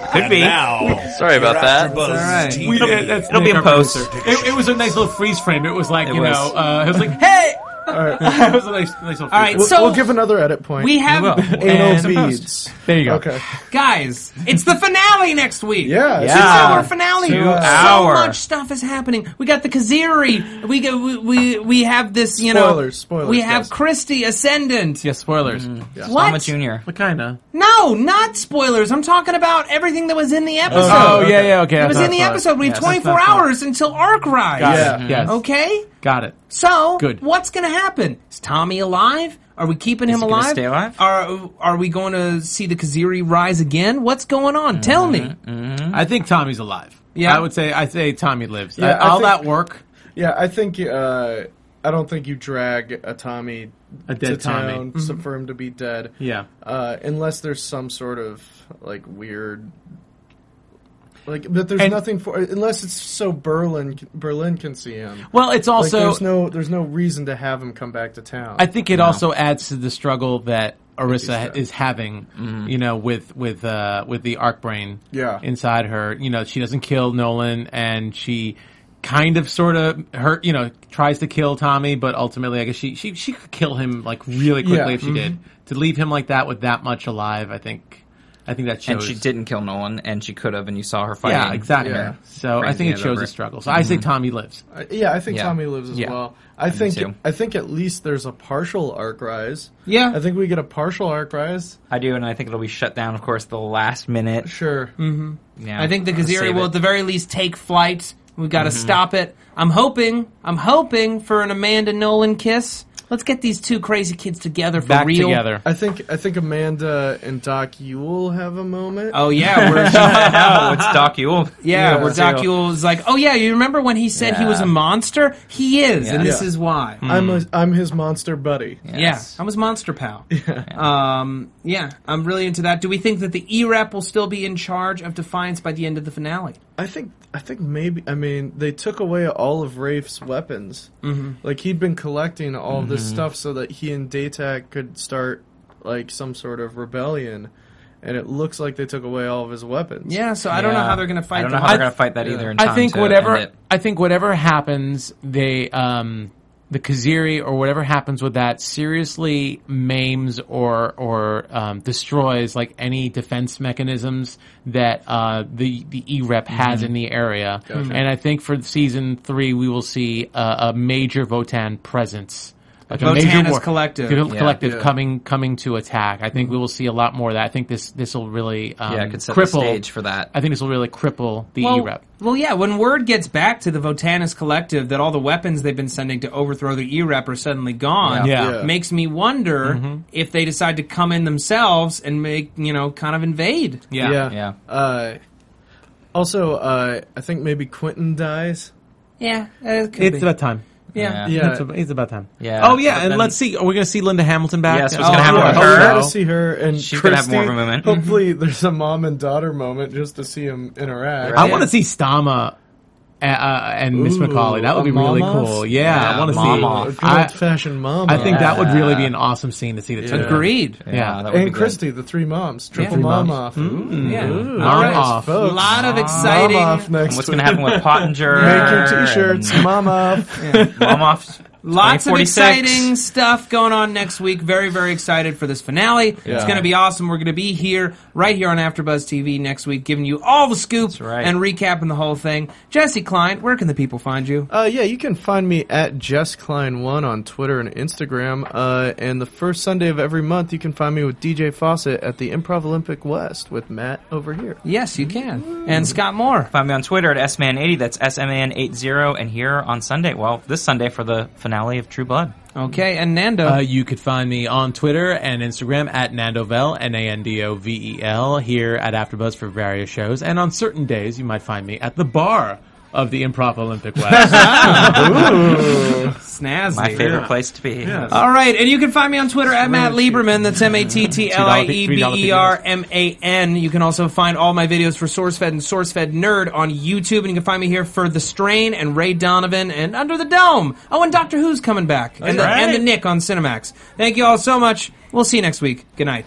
Speaker 5: Um, on.
Speaker 6: Could be.
Speaker 10: Now,
Speaker 2: Sorry about that.
Speaker 10: Buzz
Speaker 8: right.
Speaker 10: TV.
Speaker 7: We- that- that's
Speaker 6: It'll be
Speaker 7: Nick,
Speaker 6: a
Speaker 7: our
Speaker 6: post.
Speaker 7: producer. It, it was a nice little freeze frame. It was like
Speaker 6: It
Speaker 7: you
Speaker 6: was.
Speaker 7: know, uh, it was like hey. it was a nice, nice little. Freeze
Speaker 8: All right.
Speaker 7: frame.
Speaker 5: we'll,
Speaker 8: So-
Speaker 5: we'll give another edit point.
Speaker 8: We have
Speaker 5: anal
Speaker 8: and-
Speaker 5: beads.
Speaker 7: there you go.
Speaker 5: Okay.
Speaker 8: guys. It's the finale next week.
Speaker 5: Yeah.
Speaker 8: It's
Speaker 6: Yeah.
Speaker 8: our finale.
Speaker 6: Two
Speaker 8: so
Speaker 6: hour.
Speaker 8: much stuff is happening. We got the Kaziri. We go. We, we we have this. You
Speaker 5: Spoilers,
Speaker 8: know.
Speaker 5: spoilers,
Speaker 8: We have
Speaker 5: guys.
Speaker 8: Christy Ascendant.
Speaker 7: Yeah, spoilers.
Speaker 8: What?
Speaker 6: Mama Junior.
Speaker 7: But kinda.
Speaker 8: No, not spoilers. I'm talking about everything that was in the episode.
Speaker 7: Oh, yeah, yeah, okay.
Speaker 8: It
Speaker 7: that's
Speaker 8: was
Speaker 7: what I
Speaker 8: in the
Speaker 7: thought.
Speaker 8: episode. We have
Speaker 7: Yes, that's
Speaker 8: 24
Speaker 7: what I thought.
Speaker 8: hours until Arc Rise.
Speaker 7: Got
Speaker 5: Yeah.
Speaker 7: it. Yes.
Speaker 8: Okay.
Speaker 7: Got it.
Speaker 8: So,
Speaker 7: Good.
Speaker 8: what's going to happen? Is Tommy alive? Are we keeping him
Speaker 6: he gonna
Speaker 8: alive?
Speaker 6: stay alive?
Speaker 8: Are are we going to see the Kaziri rise again? What's going on? Tell me.
Speaker 7: I think Tommy's alive.
Speaker 8: Yeah.
Speaker 7: I would say I say Tommy lives.
Speaker 5: Yeah,
Speaker 7: Uh,
Speaker 5: I
Speaker 7: all
Speaker 5: think-
Speaker 7: that work.
Speaker 5: Yeah, I think uh, I don't think you drag a Tommy
Speaker 7: A dead
Speaker 5: to
Speaker 7: Tommy.
Speaker 5: town so- for him to be dead.
Speaker 7: Yeah.
Speaker 5: uh, unless there's some sort of like weird. Like, but there's
Speaker 7: And-
Speaker 5: nothing for unless it's so Berlin Berlin can see him.
Speaker 7: Well, it's
Speaker 5: Like,
Speaker 7: also
Speaker 5: there's no there's no reason to have him come back to town.
Speaker 7: I think it also adds to the struggle that Arissa ha-
Speaker 5: dead.
Speaker 7: is having, you know, with with uh, with the arc brain
Speaker 5: Mm-hmm. Yeah.
Speaker 7: inside her. You know, she doesn't kill Nolan, and she kind of sort of hurt. You know, tries to kill Tommy, but ultimately, I guess she she she could kill him like really quickly
Speaker 5: Yeah. Mm-hmm.
Speaker 7: if she did. To leave him like that with that much alive, I think, I think that shows.
Speaker 6: And she didn't kill Nolan, and she could have, and you saw her fighting.
Speaker 7: Yeah, Mm-hmm. exactly.
Speaker 5: Yeah.
Speaker 7: So I think it
Speaker 6: Crazy
Speaker 7: shows
Speaker 6: over
Speaker 7: a
Speaker 6: it.
Speaker 7: struggle. So I say Tommy lives.
Speaker 5: Uh, yeah, I think
Speaker 6: Yeah.
Speaker 5: Tommy lives as
Speaker 6: Yeah.
Speaker 5: well. I think
Speaker 6: too.
Speaker 5: I think at least there's a partial arc rise.
Speaker 8: Yeah.
Speaker 5: I think we get a partial arc rise.
Speaker 6: I do, and I think it'll be shut down, of course, the last minute.
Speaker 5: Sure.
Speaker 6: Yeah,
Speaker 8: I think the
Speaker 6: to
Speaker 8: Kaziri
Speaker 6: save
Speaker 8: will,
Speaker 6: it. Mm-hmm.
Speaker 8: at the very least, take flight. We got to stop it. I'm hoping. I'm hoping for an Amanda Nolan kiss. Let's get these two crazy kids together for
Speaker 7: Back
Speaker 8: real.
Speaker 7: together.
Speaker 5: I think I think Amanda and Doc Yule have a moment.
Speaker 8: Oh yeah, we're
Speaker 6: oh, it's Doc Yule.
Speaker 8: yeah, where
Speaker 5: Yeah.
Speaker 8: Doc Yule is like, oh yeah, you remember when he said he was a
Speaker 6: Yeah. Mm.
Speaker 8: monster? He is, and this
Speaker 5: Yeah.
Speaker 8: is why.
Speaker 5: I'm a, I'm his monster buddy.
Speaker 6: Yes.
Speaker 8: Yeah, I was Monster Pal. Um, yeah, I'm really into that. Do we think that the ERAP will still be in charge of Defiance by the end of the finale?
Speaker 5: I think I think maybe I mean they took away all of Rafe's weapons. Mm-hmm. Like he'd been collecting all of this stuff so that he and Daytak could start like some sort of rebellion, and it looks like they took away all of his weapons.
Speaker 8: Yeah, so I don't know
Speaker 6: Yeah.
Speaker 8: how they're going to fight.
Speaker 6: I don't
Speaker 8: the-
Speaker 6: know how they're
Speaker 7: I-
Speaker 6: going to fight that either. In time
Speaker 7: I think
Speaker 6: to end
Speaker 7: whatever
Speaker 6: it.
Speaker 7: I think whatever happens, they um the Kaziri or whatever happens with that seriously maims or or um, destroys like any defense mechanisms that uh, the the E rep has
Speaker 6: Mm-hmm.
Speaker 7: in the area. And I think for season three, we will see a, a major Votan presence. Like a
Speaker 8: Votan
Speaker 7: major
Speaker 8: is
Speaker 7: war-
Speaker 8: collective.
Speaker 7: co-
Speaker 6: Yeah. Mm-hmm.
Speaker 7: collective coming coming to attack. I think we will see a lot more of that. I think this this will really um,
Speaker 6: Yeah, it could set
Speaker 7: cripple
Speaker 6: the stage for that.
Speaker 7: I think this will really cripple the E
Speaker 8: Well,
Speaker 7: rep.
Speaker 8: well, yeah. When word gets back to the Votanis Collective that all the weapons they've been sending to overthrow the ERAP are suddenly gone,
Speaker 7: Yeah. Yeah.
Speaker 8: makes me wonder if they decide to come in themselves and make you know kind of invade.
Speaker 7: Yeah.
Speaker 5: yeah.
Speaker 6: Yeah.
Speaker 5: Uh, also, uh, I think maybe Quentin dies.
Speaker 8: yeah, it could
Speaker 7: It's
Speaker 8: be.
Speaker 7: about time.
Speaker 8: yeah.
Speaker 5: Yeah.
Speaker 7: It's, about, it's about time.
Speaker 6: Yeah.
Speaker 7: Oh yeah,
Speaker 6: But
Speaker 7: and
Speaker 6: then-
Speaker 7: let's see. Are we going to see Linda Hamilton back? Oh,
Speaker 6: Yes, what's gonna happen
Speaker 5: Yeah,
Speaker 6: with
Speaker 5: we
Speaker 6: her?
Speaker 5: gotta see her and
Speaker 6: She's gonna have more of a
Speaker 5: Christy.
Speaker 6: moment.
Speaker 5: Hopefully, there's a mom and daughter moment just to see them interact.
Speaker 7: I want to see Stama uh, uh, and Miss
Speaker 5: Ooh,
Speaker 7: McCauley. That would be
Speaker 5: a
Speaker 7: really
Speaker 5: mama?
Speaker 7: cool. Yeah, I
Speaker 6: Yeah,
Speaker 7: want to
Speaker 6: mama.
Speaker 5: A
Speaker 7: see.
Speaker 5: good
Speaker 7: I,
Speaker 5: old-fashioned mom.
Speaker 7: I think that would really be an awesome scene to see the two. of them.
Speaker 8: Agreed.
Speaker 7: Yeah.
Speaker 6: that would be
Speaker 5: and
Speaker 6: good.
Speaker 5: Christy, the three moms, triple
Speaker 8: Three
Speaker 5: mom off.
Speaker 7: moms.
Speaker 8: Yeah.
Speaker 5: Ooh,
Speaker 7: Mom
Speaker 5: nice,
Speaker 7: off.
Speaker 8: A
Speaker 5: folks.
Speaker 8: lot of
Speaker 5: Mom
Speaker 8: exciting.
Speaker 5: off next
Speaker 6: What's going to
Speaker 5: week.
Speaker 6: happen with Pottinger?
Speaker 5: Make your t-shirts, mom off.
Speaker 6: and Mom off.
Speaker 8: Lots of
Speaker 6: 2046.
Speaker 8: exciting stuff going on next week. Very, very excited for this finale. It's going to be awesome. We're going to be here, right here on AfterBuzz TV next week, giving you all the scoops
Speaker 6: right.
Speaker 8: and recapping the whole thing. Jesse Klein, where can the people find you?
Speaker 5: Uh, yeah, you can find me at Jess Klein One on Twitter and Instagram. Uh, and the first Sunday of every month, you can find me with DJ Fawcett at the Improv Olympic West with Matt over here.
Speaker 8: Yes, you can. And Scott Moore.
Speaker 6: Find me on Twitter at sman80. That's sman80. And here on Sunday, well, this Sunday for the finale of True Blood.
Speaker 8: Okay, and Nando.
Speaker 7: Uh, you could find me on Twitter and Instagram at Nandovel, N-A-N-D-O-V-E-L, E here at AfterBuzz for various shows. And on certain days, you might find me at the bar of the Improv Olympic West.
Speaker 8: Snazzy.
Speaker 6: My favorite place to be.
Speaker 8: All right, and you can find me on Twitter at Matt Lieberman. That's M A T T L I E B E R M A N. You can also find all my videos for SourceFed and SourceFed Nerd on YouTube, and you can find me here for The Strain and Ray Donovan and Under the Dome. Oh, and Doctor Who's coming back, and the, and the Nick on Cinemax. Thank you all so much. We'll see you next week. Good night.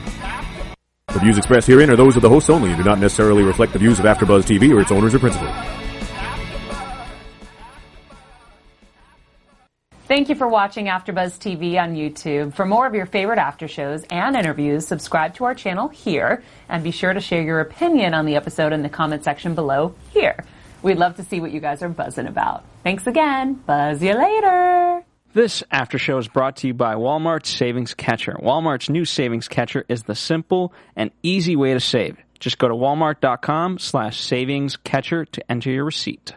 Speaker 10: The views expressed herein are those of the hosts only and do not necessarily reflect the views of AfterBuzz TV or its owners or principals.
Speaker 11: Thank you for watching AfterBuzz TV on YouTube. For more of your favorite after shows and interviews, subscribe to our channel here, and be sure to share your opinion on the episode in the comment section below here. We'd love to see what you guys are buzzing about. Thanks again. Buzz you later.
Speaker 12: This after show is brought to you by Walmart's Savings Catcher. Walmart's new savings catcher is the simple and easy way to save. Just go to walmart.com slash savings catcher to enter your receipt.